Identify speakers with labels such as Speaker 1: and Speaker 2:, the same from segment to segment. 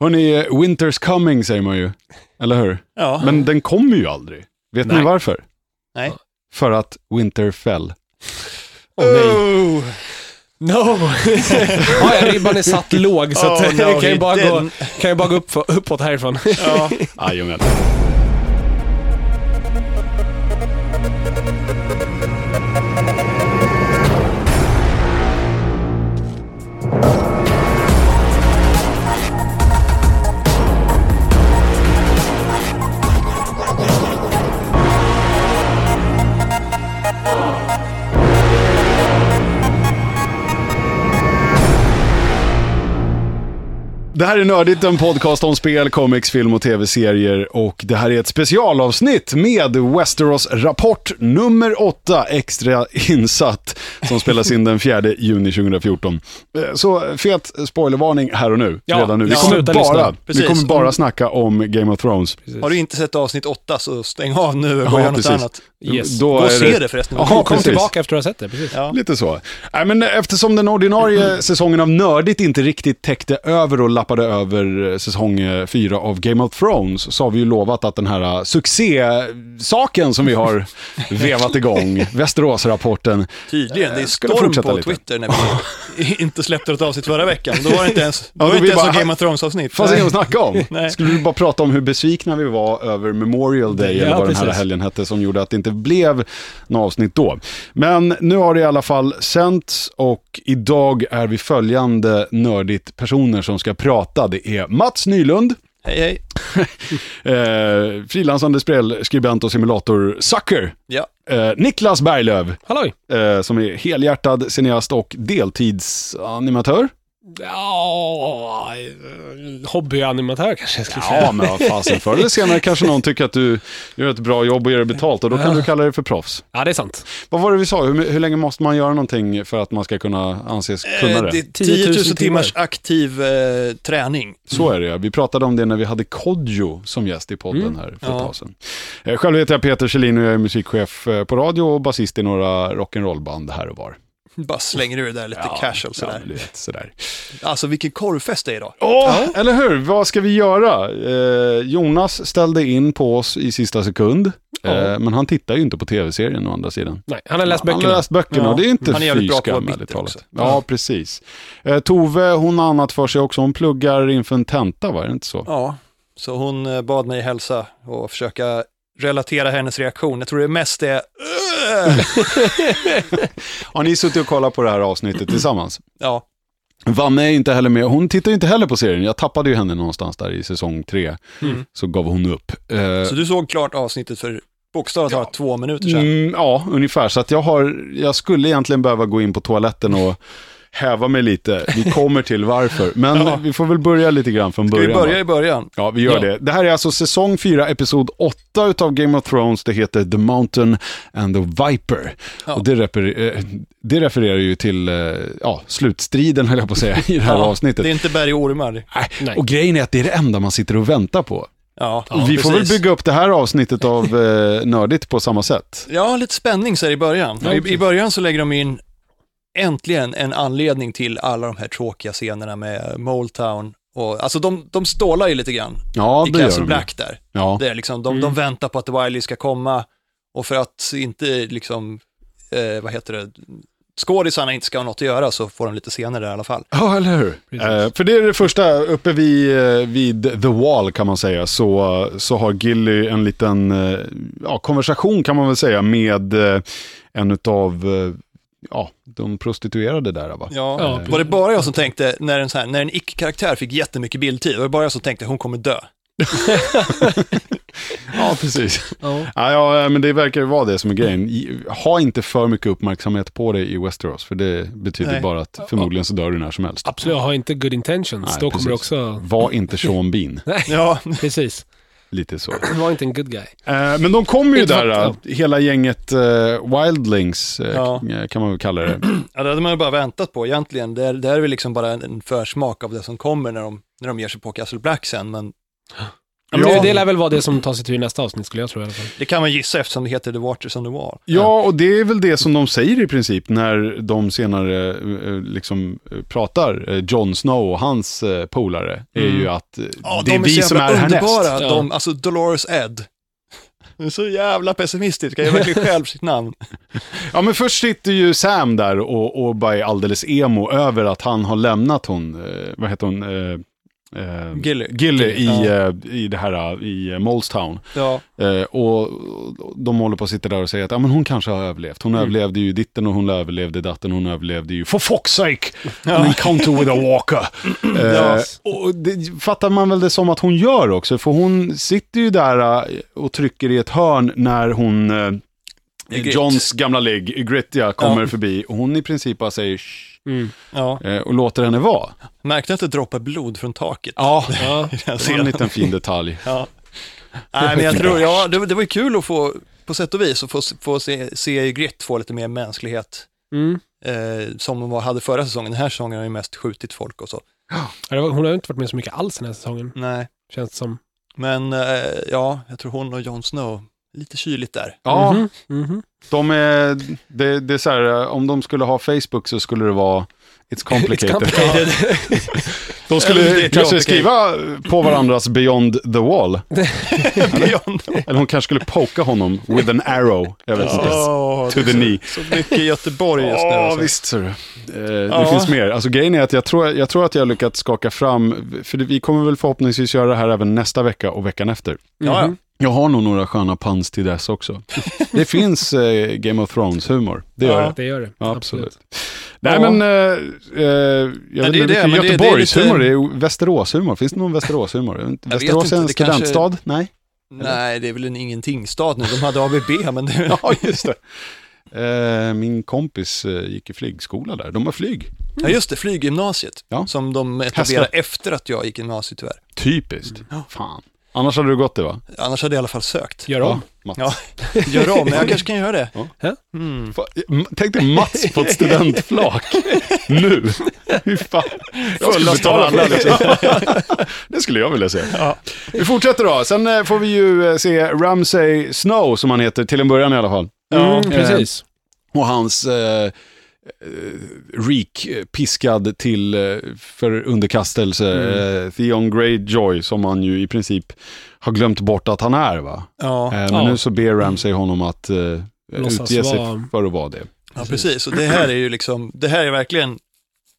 Speaker 1: Hörni, Winter's coming säger man ju. Eller hur?
Speaker 2: Ja.
Speaker 1: Men den kommer ju aldrig. Vet ni
Speaker 2: Nej.
Speaker 1: varför?
Speaker 2: Nej.
Speaker 1: För att Winter fell.
Speaker 3: Åh nej.
Speaker 2: Oh,
Speaker 3: No! ja, ja, ribban är satt låg så att,
Speaker 2: Oh, no,
Speaker 3: det kan ju
Speaker 2: he
Speaker 3: bara gå,
Speaker 2: didn't.
Speaker 3: kan ju bara gå upp, uppåt härifrån.
Speaker 2: ja.
Speaker 1: Jajamän. Det här är Nördigt, en podcast om spel, comics, film och tv-serier. Och det här är ett specialavsnitt med Westeros Rapport nummer 8, extra insatt, som spelas in den 4 juni 2014. Eh, Så fet spoilervarning här och nu,
Speaker 3: Ja,
Speaker 1: redan nu. Vi
Speaker 3: ja.
Speaker 1: kommer,
Speaker 3: Sluta
Speaker 1: bara,
Speaker 3: lyssna.
Speaker 1: vi
Speaker 2: Precis. Mm.
Speaker 1: kommer bara snacka om Game of Thrones.
Speaker 2: Har du inte sett avsnitt åtta så stäng av nu och gå
Speaker 1: Ja,
Speaker 2: och gör något
Speaker 1: precis.
Speaker 2: annat.
Speaker 3: Yes.
Speaker 1: Då
Speaker 2: Gå
Speaker 1: är
Speaker 2: och se det förresten.
Speaker 1: Ja,
Speaker 3: Kom, kom
Speaker 1: precis.
Speaker 3: tillbaka efter att du har sett det, precis.
Speaker 2: Ja.
Speaker 1: Lite så. Nej, men eftersom den ordinarie säsongen av Nördigt inte riktigt täckte över och lappade över eh, säsong eh, fyra av Game of Thrones så har vi ju lovat att den här eh, succésaken som vi har vevat igång, Västeråsrapporten, eh,
Speaker 2: Tydligen, det är
Speaker 1: Skulle
Speaker 2: storm
Speaker 1: fortsätta
Speaker 2: på
Speaker 1: lite.
Speaker 2: Twitter när vi inte släppte ett avsnitt förra veckan. Då var det inte ens,
Speaker 1: då
Speaker 2: då var det
Speaker 1: vi
Speaker 2: inte ens
Speaker 1: bara-
Speaker 2: ett Game of Thrones-avsnitt.
Speaker 1: fanns inget
Speaker 2: Nej.
Speaker 1: att snacka om.
Speaker 2: Nej.
Speaker 1: Skulle du bara prata om hur besvikna vi var över Memorial Day eller
Speaker 3: Ja,
Speaker 1: vad den här
Speaker 3: precis.
Speaker 1: helgen hette som gjorde att det inte blev något avsnitt då. Men nu har det i alla fall sänts och idag är vi följande nördigt personer som ska prata. Det är Mats Nylund,
Speaker 2: Hej, hej.
Speaker 1: eh, frilansande spelskribent och simulator Sucker.
Speaker 2: Ja.
Speaker 1: Eh, Niklas Berglöf,
Speaker 3: Halloj!
Speaker 1: eh, som är helhjärtad cineast och deltidsanimatör.
Speaker 3: Ja, hobbyaanimatör kanske jag skulle säga.
Speaker 1: Ja, men vad fasen, förr eller senare kanske någon tycker att du gör ett bra jobb och ger dig betalt och då kan du kalla dig för proffs.
Speaker 3: Ja, det är sant.
Speaker 1: Vad var det vi sa, hur, hur länge måste man göra någonting för att man ska kunna anses kunna
Speaker 2: Eh,
Speaker 1: det?
Speaker 2: Det är 10 000
Speaker 3: timmar.
Speaker 2: timmars aktiv eh, träning.
Speaker 1: Så är det ja. Vi pratade om det när vi hade Kodjo som gäst i podden här för ett
Speaker 2: Mm. Ja.
Speaker 1: tag sedan. Eh, Själv heter jag Peter Kjellin och jag är musikchef eh, på radio och basist i några rock'n'roll-band här och var.
Speaker 2: Bara slänger ur det där lite
Speaker 1: Ja,
Speaker 2: casual sådär.
Speaker 1: men du vet, sådär.
Speaker 2: Alltså vilken korvfest det är idag.
Speaker 1: Åh, eller hur? Vad ska vi göra? Eh, Jonas ställde in på oss i sista sekund,
Speaker 3: Ja.
Speaker 1: eh, men han tittar ju inte på tv-serien å andra sidan.
Speaker 3: Nej, han har läst böckerna.
Speaker 1: Han har läst böckerna
Speaker 2: Ja.
Speaker 1: och det är inte
Speaker 2: Han är
Speaker 1: fy
Speaker 2: jävligt bra på att
Speaker 1: skam
Speaker 2: vara
Speaker 1: ärligt
Speaker 2: bitter också.
Speaker 1: talat. Ja, precis. Eh, Tove, hon har annat för sig också. Hon pluggar inför en tenta, va? Är det inte så?
Speaker 2: Ja, så hon eh, bad mig hälsa och försöka relatera hennes reaktion. Jag tror det mest är... "Ugh!"
Speaker 1: Har ni suttit och kollat på det här avsnittet tillsammans?
Speaker 2: Ja,
Speaker 1: Vanne är ju inte heller med. Hon tittar ju inte heller på serien. Jag tappade ju henne någonstans där i säsong tre. Så gav hon upp. Eh,
Speaker 2: Mm. så du såg klart avsnittet för bokstavligt talat två minuter sedan.
Speaker 1: Mm, ja, ungefär. Så att jag, har, jag skulle egentligen behöva gå in på toaletten och häva mig lite. Vi kommer till varför. Men
Speaker 2: Ja.
Speaker 1: vi får väl börja lite grann från
Speaker 2: Ska
Speaker 1: början.
Speaker 2: vi
Speaker 1: va?
Speaker 2: börja i början?
Speaker 1: Ja, vi gör
Speaker 3: Ja.
Speaker 1: det. Det här är alltså säsong 4, episod 8 utav Game of Thrones. Det heter The Mountain and the Viper.
Speaker 2: Ja.
Speaker 1: Och det, refer- eh, det refererar ju till eh, ja, slutstriden, höll jag på att säga, i det här
Speaker 2: Ja,
Speaker 1: avsnittet.
Speaker 2: Det är inte berg och ormar.
Speaker 1: Nej.
Speaker 3: Nej.
Speaker 1: Och grejen är att det är det enda man sitter och väntar på.
Speaker 2: Ja,
Speaker 1: och vi får väl
Speaker 2: precis.
Speaker 1: bygga upp det här avsnittet av eh, Nördigt på samma sätt.
Speaker 2: Ja, lite spänning så här i början.
Speaker 1: Ja,
Speaker 2: I, I
Speaker 1: precis.
Speaker 2: början så lägger de in äntligen en anledning till alla de här tråkiga scenerna med Moletown. Och, alltså de, de stålar ju lite grann
Speaker 1: Ja,
Speaker 2: i
Speaker 1: det gör
Speaker 2: Castle
Speaker 1: de.
Speaker 2: Black där.
Speaker 1: Ja.
Speaker 2: Det är liksom, de, de väntar på att Wiley ska komma och för att inte liksom, eh, vad heter det, skådisarna inte ska ha något att göra så får de lite senare där i alla fall.
Speaker 1: Ja, eller hur?
Speaker 3: Precis.
Speaker 1: Eh, för det är det första, uppe vid, eh, vid The Wall kan man säga, så, så har Gilly en liten eh, ja, konversation kan man väl säga med eh, en av ja, de prostituerade där va?
Speaker 2: Ja,
Speaker 3: Ja,
Speaker 2: var det
Speaker 3: precis.
Speaker 2: bara jag som tänkte, när en, sån här, när en icke-karaktär fick jättemycket bildtid, var det bara jag som tänkte hon kommer dö?
Speaker 1: Ja, precis.
Speaker 3: Ja.
Speaker 1: Ja, ja, men det verkar ju vara det som är grejen. I- Ha inte för mycket uppmärksamhet på dig i Westeros, för det betyder
Speaker 2: Nej.
Speaker 1: bara att förmodligen så dör du när som helst.
Speaker 3: Absolut, har inte good intentions.
Speaker 1: Nej,
Speaker 3: Då
Speaker 1: precis.
Speaker 3: kommer det också...
Speaker 1: Var inte Sean Bean,
Speaker 3: Nej,
Speaker 2: Ja,
Speaker 3: precis.
Speaker 1: lite så.
Speaker 3: Du var inte en good guy.
Speaker 1: Eh, Men de kommer ju
Speaker 3: Inte
Speaker 1: där,
Speaker 3: fattat.
Speaker 1: eh, hela gänget eh, Wildlings, eh,
Speaker 2: Ja.
Speaker 1: k- eh, kan man väl kalla det.
Speaker 2: ja det hade man ju bara väntat på egentligen. Det, är- det här är väl liksom bara en, en försmak av det som kommer när de, när de ger sig på Castle Black sen, men
Speaker 3: Ja, men
Speaker 1: Ja.
Speaker 3: Det, det lär väl vara det som tar sig till i nästa avsnitt skulle jag tro i alla fall.
Speaker 2: Det kan man gissa eftersom det heter The Waters on the Wall.
Speaker 1: Ja, och det är väl det som de säger i princip när de senare eh, liksom eh, pratar. Eh, Jon Snow och hans eh, polare är ju att eh,
Speaker 2: Mm. Ja,
Speaker 1: det är,
Speaker 2: de
Speaker 1: vi
Speaker 2: så
Speaker 1: som
Speaker 2: jävla
Speaker 1: är
Speaker 2: underbara.
Speaker 1: härnäst.
Speaker 3: Ja.
Speaker 2: De, alltså Dolores Ed. De är så jävla pessimistiska, jag verkligen själv sitt namn.
Speaker 1: Ja, men först sitter ju Sam där och, och bara är alldeles emo över att han har lämnat hon, eh, vad heter hon, eh, eh,
Speaker 2: Gilly.
Speaker 1: i,
Speaker 2: Ja.
Speaker 1: eh, i det här, eh, i eh, Molestown.
Speaker 2: Ja,
Speaker 1: Eh, och och de håller på att sitta där och säga att ja, men hon kanske har överlevt.
Speaker 2: Mm.
Speaker 1: Hon överlevde ju ditten och hon överlevde datten. Hon överlevde ju, for fuck's sake, an encounter with a walker.
Speaker 2: Ja.
Speaker 1: eh, och det fattar man väl det som att hon gör också. För hon sitter ju där eh, och trycker i ett hörn när hon, eh,
Speaker 2: Grit.
Speaker 1: Johns gamla ligg, Grittia, kommer
Speaker 2: Ja.
Speaker 1: förbi. Och hon i princip bara säger "Shh",
Speaker 3: Mm.
Speaker 2: ja.
Speaker 1: eh, och låter henne vara.
Speaker 2: Märkte att det droppar blod från taket?
Speaker 1: Ja,
Speaker 3: Ja.
Speaker 2: i den
Speaker 1: det är en
Speaker 2: scenen?
Speaker 1: liten fin detalj.
Speaker 2: Ja. Nej, men jag tror, ja, det, var- det var ju kul att få, på sätt och vis, att få, få se, se Grit få lite mer mänsklighet.
Speaker 3: Mm.
Speaker 2: Eh, som hon var- hade förra säsongen. Den här säsongen har ju mest skjutit folk och så.
Speaker 3: Ja, det var- Hon har ju inte varit med så mycket alls den här säsongen,
Speaker 2: Nej,
Speaker 3: känns det som.
Speaker 2: men eh, ja, jag tror hon och Jon Snow, lite kyligt där.
Speaker 1: Ja,
Speaker 3: Mhm, mhm.
Speaker 1: De är, det, det är så här, eh, om de skulle ha Facebook så skulle det vara It's complicated.
Speaker 3: It's complicated.
Speaker 1: De
Speaker 2: Det är
Speaker 1: skulle kanske
Speaker 2: complicated.
Speaker 1: skriva eh, på varandras Beyond the Wall.
Speaker 2: Beyond
Speaker 1: Eller hon kanske skulle poka honom with an arrow. Jag vet inte.
Speaker 2: Åh,
Speaker 1: To
Speaker 2: det
Speaker 1: the
Speaker 2: är så-
Speaker 1: knee.
Speaker 2: Så mycket i Göteborg just nu.
Speaker 1: Ja,
Speaker 2: alltså.
Speaker 1: visst ser du. Eh,
Speaker 2: Ja.
Speaker 1: Det finns mer. Alltså grejen är att jag tror, jag tror att jag har lyckats skaka fram, för det- vi kommer väl förhoppningsvis göra det här även nästa vecka och veckan efter.
Speaker 3: Mhm.
Speaker 2: Ja, ja.
Speaker 1: Jag har nog några sköna puns till dess också. Det finns eh, Game of Thrones-humor, det gör
Speaker 2: Ja.
Speaker 1: det.
Speaker 3: Det gör det.
Speaker 1: Ja, absolut. Nej
Speaker 3: Ja.
Speaker 1: men, eh, eh, jag vet
Speaker 2: det är
Speaker 1: inte,
Speaker 2: det, men det- det är
Speaker 1: Göteborgshumor, det
Speaker 2: lite-
Speaker 1: är ju Västeråshumor. Finns det någon Västeråshumor? Jag vet inte.
Speaker 2: Jag vet
Speaker 1: Västerås är en
Speaker 2: inte, det kanske-
Speaker 1: studentstad? Nej?
Speaker 2: Nej, det är väl en ingentingstad nu. De hade ABB, men det...
Speaker 1: Ja, just det. Eh, min kompis eh, gick i flygskola där. De har flyg.
Speaker 2: Ja, just det, flyggymnasiet.
Speaker 1: Ja.
Speaker 2: Som de etablerade efter att jag gick gymnasiet tyvärr.
Speaker 1: Typiskt. Fan. Annars hade du gått det va?
Speaker 2: Annars hade jag i alla fall sökt.
Speaker 3: Gör om.
Speaker 1: Mats.
Speaker 2: Ja. Gör om, men jag kanske kan göra det.
Speaker 3: Ja.
Speaker 2: Mm.
Speaker 1: Fa- m- Tänk dig Mats på ett studentflak nu. Hur fan. Jag skulle
Speaker 2: Fullast av
Speaker 1: betala för
Speaker 2: alla,
Speaker 1: det. Det skulle jag vilja se. Vi fortsätter då. Sen eh, får vi ju eh, se Ramsay Snow, som han heter, till en början i alla fall.
Speaker 3: Mm,
Speaker 1: eh,
Speaker 3: precis.
Speaker 1: Och hans eh, eh, Reek eh, piskad till eh, för underkastelse,
Speaker 3: Mm.
Speaker 1: eh, Theon Greyjoy, som han ju i princip har glömt bort att han är. va?
Speaker 2: Ja,
Speaker 1: Eh, men
Speaker 3: Ja.
Speaker 1: nu så ber Ramsay honom att eh,
Speaker 3: Låtsas
Speaker 1: utge sig
Speaker 3: vara-
Speaker 1: för att vara det.
Speaker 2: ja, precis. Och det här är ju liksom, det här är verkligen,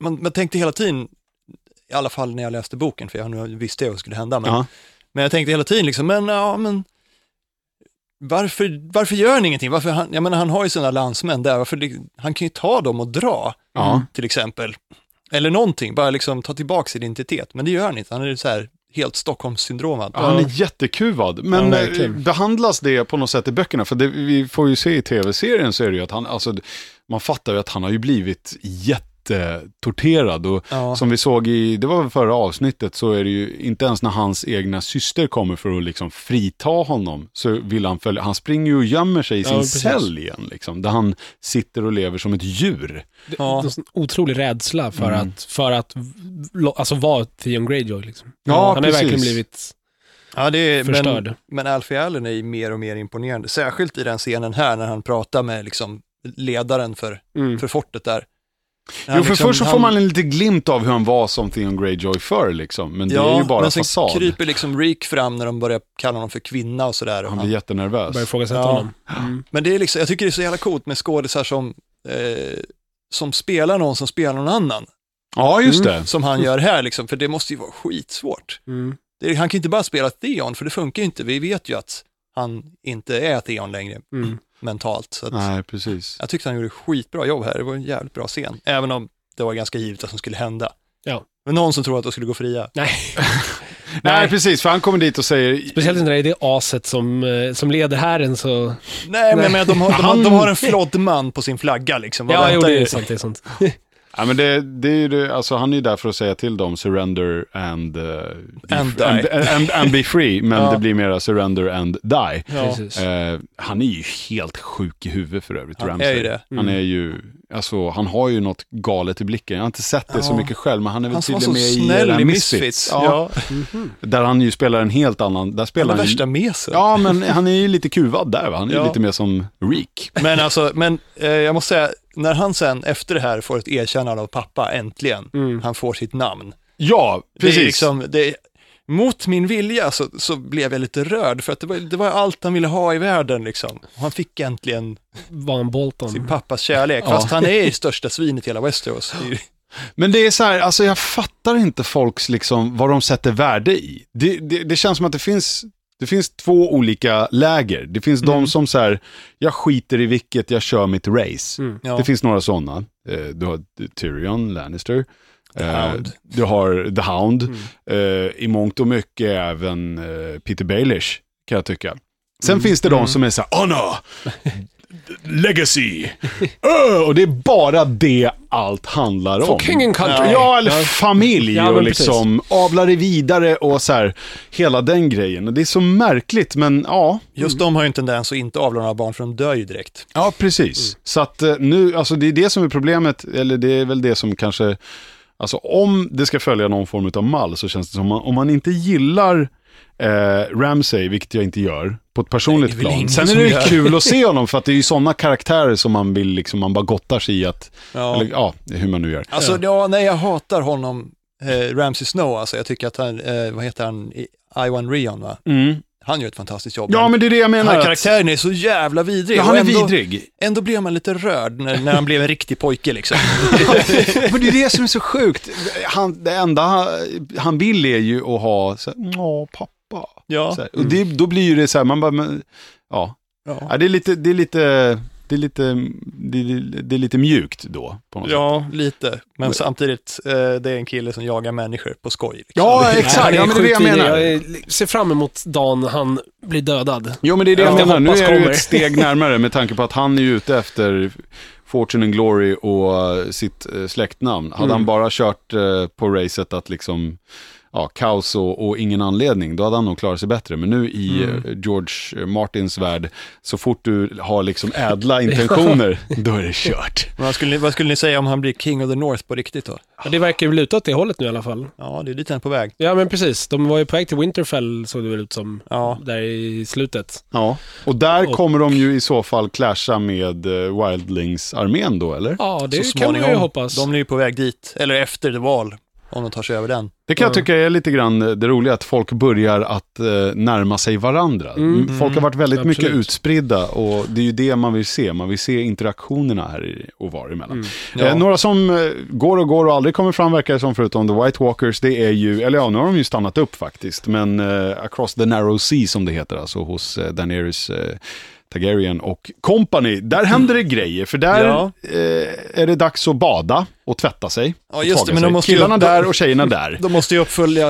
Speaker 2: man, man tänkte hela tiden, i alla fall när jag läste boken, för jag nu visste jag vad som skulle hända, men,
Speaker 1: Ja.
Speaker 2: men jag tänkte hela tiden liksom, men ja, men varför, varför gör han ingenting? Varför han, jag menar, han har ju sina landsmän där, varför, li- han kan ju ta dem och dra,
Speaker 1: Ja.
Speaker 2: till exempel. Eller någonting, bara liksom ta tillbaka sin identitet, men det gör han inte, han är så här helt Stockholmssyndromad.
Speaker 1: Han är jättekuvad,
Speaker 3: Ja,
Speaker 1: men eh,
Speaker 3: verkligen.
Speaker 1: behandlas det på något sätt i böckerna? För det, vi får ju se i tv-serien så är det ju att han, alltså, man fattar ju att han har ju blivit jättetorterad. Och
Speaker 2: Ja.
Speaker 1: som vi såg i, det var väl förra avsnittet, så är det ju inte ens när hans egna syster kommer för att liksom frita honom, så vill han följa, han springer ju och gömmer sig i
Speaker 3: Ja,
Speaker 1: sin
Speaker 3: precis.
Speaker 1: cell igen, liksom, där han sitter och lever som ett djur.
Speaker 2: Ja.
Speaker 3: En sån otrolig rädsla för
Speaker 1: Mm.
Speaker 3: att, för att v- lo- alltså, vara Theon Greyjoy. Liksom.
Speaker 1: Ja,
Speaker 3: Han har ju verkligen
Speaker 1: precis.
Speaker 3: blivit...
Speaker 2: Ja, det är,
Speaker 3: Förstörd.
Speaker 2: men, men Alfie Allen är ju mer och mer imponerande, särskilt i den scenen här när han pratar med liksom, ledaren för,
Speaker 3: Mm.
Speaker 2: för fortet där. Han
Speaker 1: jo, för
Speaker 2: liksom-
Speaker 1: först så får
Speaker 2: han-
Speaker 1: man en liten glimt av hur han var som Theon Greyjoy förr, liksom, men det är ju bara
Speaker 2: men sen
Speaker 1: fasad.
Speaker 2: kryper liksom Reek fram när de börjar kalla honom för kvinna och sådär.
Speaker 1: Han blir jättenervös.
Speaker 3: Börjar ifrågasätta
Speaker 2: Ja.
Speaker 3: honom. Mm.
Speaker 2: Men det är liksom, jag tycker det är så jävla coolt med skådisar som, eh, som spelar någon som spelar någon annan,
Speaker 1: Ja, just det.
Speaker 2: som han gör här liksom, för det måste ju vara skitsvårt.
Speaker 3: Mm.
Speaker 2: Det är, han kan ju inte bara spela Theon, för det funkar ju inte. Vi vet ju att han inte är Theon längre
Speaker 3: Mm.
Speaker 2: mentalt. Så att,
Speaker 1: Nej, precis.
Speaker 2: Jag tyckte han gjorde skitbra jobb här, det var en jävligt bra scen. Även om det var ganska givet vad som skulle hända.
Speaker 3: Ja.
Speaker 2: Men någon som tror att de skulle gå fria.
Speaker 3: Nej,
Speaker 1: Nej.
Speaker 3: Nej.
Speaker 1: precis, för han kommer dit och säger...
Speaker 3: speciellt inte när det är det aset som, eh, som leder hären så...
Speaker 2: Nej,
Speaker 3: Nej.
Speaker 2: men, men de, har, de, har,
Speaker 1: Han-
Speaker 2: de har en floddman på sin flagga liksom. Vad
Speaker 3: Ja, jo,
Speaker 2: väntar
Speaker 3: det
Speaker 2: ni?
Speaker 3: är sant, det är sant.
Speaker 1: Ja, men det, det är ju, det- alltså, han är ju där för att säga till dem surrender and, eh, be,
Speaker 2: And
Speaker 1: fr-
Speaker 2: die.
Speaker 1: and, and, and be free, men det blir mera surrender and die.
Speaker 2: Ja.
Speaker 3: Precis.
Speaker 1: Eh, han är ju helt sjuk i huvudet för övrigt,
Speaker 2: Han
Speaker 1: Ramsey.
Speaker 2: är ju det. Mm.
Speaker 1: Han är ju, alltså han har ju något galet i blicken. Jag har inte sett det så
Speaker 2: Ja.
Speaker 1: mycket själv, men han är väl
Speaker 2: Han som var
Speaker 1: tydligen med
Speaker 2: så
Speaker 1: i den
Speaker 2: snäll
Speaker 1: här
Speaker 2: i Misfits.
Speaker 1: Ja. Där han ju spelar en helt annan, där
Speaker 2: Han
Speaker 1: spelar
Speaker 2: är
Speaker 1: han ju-
Speaker 2: värsta mesen.
Speaker 1: Ja, men han är ju lite kuvad där va? Han är ju
Speaker 2: Ja.
Speaker 1: lite mer som Reek.
Speaker 2: Men alltså, men eh, jag måste säga, när han sen efter det här får ett erkännande av pappa, äntligen,
Speaker 1: Mm.
Speaker 2: han får sitt namn.
Speaker 1: Ja,
Speaker 2: Det
Speaker 1: precis.
Speaker 2: är liksom, det är, mot min vilja så, så blev jag lite rörd, för att det var, det var allt han ville ha i världen liksom. Och han fick äntligen
Speaker 3: Var en Bolton.
Speaker 2: sin pappas kärlek, fast han är ju största svinet i hela Westeros. Det är ju-
Speaker 1: Men det är så här, alltså jag fattar inte folks liksom vad de sätter värde i. Det, det, det känns som att det finns, det finns två olika läger. Det finns
Speaker 2: Mm.
Speaker 1: de som så här, jag skiter i vilket, jag kör mitt race.
Speaker 2: Ja.
Speaker 1: Det finns några sådana. Eh, Du har Tyrion Lannister. Eh,
Speaker 2: Hound.
Speaker 1: Du har The Hound.
Speaker 3: Mm.
Speaker 1: Eh, I mångt och mycket även eh, Peter Baelish, kan jag tycka. Sen
Speaker 3: Mm.
Speaker 1: finns det de som är så här, honor, legacy, Ö, och det är bara det allt handlar om.
Speaker 3: King and country.
Speaker 1: Ja, eller familj
Speaker 3: Ja, men
Speaker 1: och
Speaker 3: precis.
Speaker 1: liksom avlar det vidare och så här, hela den grejen. Och det är så märkligt, men ja.
Speaker 2: Just de har ju en tendens att inte avla några barn, för de dör ju direkt.
Speaker 1: Ja,
Speaker 2: Mm.
Speaker 1: precis. Så att eh, nu, alltså det är det som är problemet, eller det är väl det som kanske, alltså om det ska följa någon form av mall så känns det som, man, om man inte gillar eh, Ramsay, vilket jag inte gör, på ett personligt
Speaker 2: Nej, det är väl
Speaker 1: plan.
Speaker 2: ingen
Speaker 1: Sen är
Speaker 2: som
Speaker 1: det ju
Speaker 2: gör.
Speaker 1: kul att se honom, för att det är ju sådana karaktärer som man vill, liksom, man bara gottar sig i att,
Speaker 2: Ja.
Speaker 1: eller ja, hur man nu gör.
Speaker 2: Alltså, ja, nej, jag hatar honom, eh, Ramsey Snow, alltså. Jag tycker att han, eh, vad heter han, I- Iwan Rion, va? Han gör ett fantastiskt jobb.
Speaker 1: Mm. Ja, men det är det jag
Speaker 2: Den
Speaker 1: menar.
Speaker 2: här
Speaker 1: att-
Speaker 2: karaktären är så jävla vidrig.
Speaker 1: Ja, han
Speaker 2: och
Speaker 1: är
Speaker 2: ändå,
Speaker 1: vidrig.
Speaker 2: Ändå blev man lite rörd när, när han blev en riktig pojke liksom.
Speaker 1: Men det är det som är så sjukt. Han, det enda han, han vill är ju att ha, så här, åh pappa.
Speaker 2: Ja.
Speaker 1: Så här. Och det, då blir ju det så här, man bara, men, ja.
Speaker 2: Ja,
Speaker 1: ja det, är lite, det är lite, det är lite, det är, det är lite mjukt då. På något sätt.
Speaker 2: ja lite. Men samtidigt, eh, det är en kille som jagar människor på skoj. Liksom.
Speaker 1: Ja, exakt.
Speaker 3: Nej,
Speaker 1: Ja,
Speaker 3: han
Speaker 1: men det är det jag
Speaker 3: sjukt vidrig.
Speaker 1: menar.
Speaker 3: Jag eh, ser fram emot dagen när han blir dödad.
Speaker 1: Jo, men det är det jag
Speaker 3: Ja.
Speaker 1: menar. Nu
Speaker 3: Hoppas
Speaker 1: är det ju
Speaker 3: kommer.
Speaker 1: ett steg närmare med tanke på att han är ju ute efter Fortune and Glory och eh, sitt eh, släktnamn. Hade han bara kört eh, på racet att liksom, ja, kaos och, och ingen anledning, då hade han nog klarat sig bättre. Men nu i eh, George Martins värld, så fort du har liksom ädla intentioner, då är det kört.
Speaker 2: Men vad, skulle ni, vad skulle ni säga om han blir King of the North på riktigt då?
Speaker 3: Ja, det verkar ju luta åt det hållet nu i alla fall.
Speaker 2: Ja, det är dit han är på väg.
Speaker 3: Ja, men precis. De var ju på väg till Winterfell, såg det väl ut som,
Speaker 2: Ja,
Speaker 3: där i slutet.
Speaker 1: Ja. Och där
Speaker 3: Och-
Speaker 1: kommer de ju i så fall clasha med eh, Wildlings-armén då, eller?
Speaker 3: Ja,
Speaker 2: så
Speaker 3: det kan man
Speaker 2: småningom.
Speaker 3: ju hoppas.
Speaker 2: De är ju på väg dit, eller efter det val, om de tar sig över den.
Speaker 1: Det kan jag tycka är lite grann det roliga, att folk börjar att eh, närma sig varandra.
Speaker 3: Mm.
Speaker 1: Folk har varit väldigt
Speaker 3: Absolut.
Speaker 1: mycket utspridda och det är ju det man vill se. Man vill se interaktionerna här i- och var emellan.
Speaker 2: Mm. Ja.
Speaker 1: Eh, några som eh, går och går och aldrig kommer fram verkar det som, förutom The White Walkers, det är ju, eller ja, nu har de ju stannat upp faktiskt, men eh, Across the Narrow Sea som det heter, alltså hos eh, Daenerys eh, Targaryen och company. Där händer det grejer, för där
Speaker 2: Mm. Ja.
Speaker 1: eh, är det dags att bada och tvätta sig.
Speaker 2: Ja,
Speaker 1: och
Speaker 2: just
Speaker 1: tvaga
Speaker 2: det, men
Speaker 1: sig.
Speaker 2: de måste ju-
Speaker 1: Killarna där och tjejerna där.
Speaker 2: De måste ju uppfölja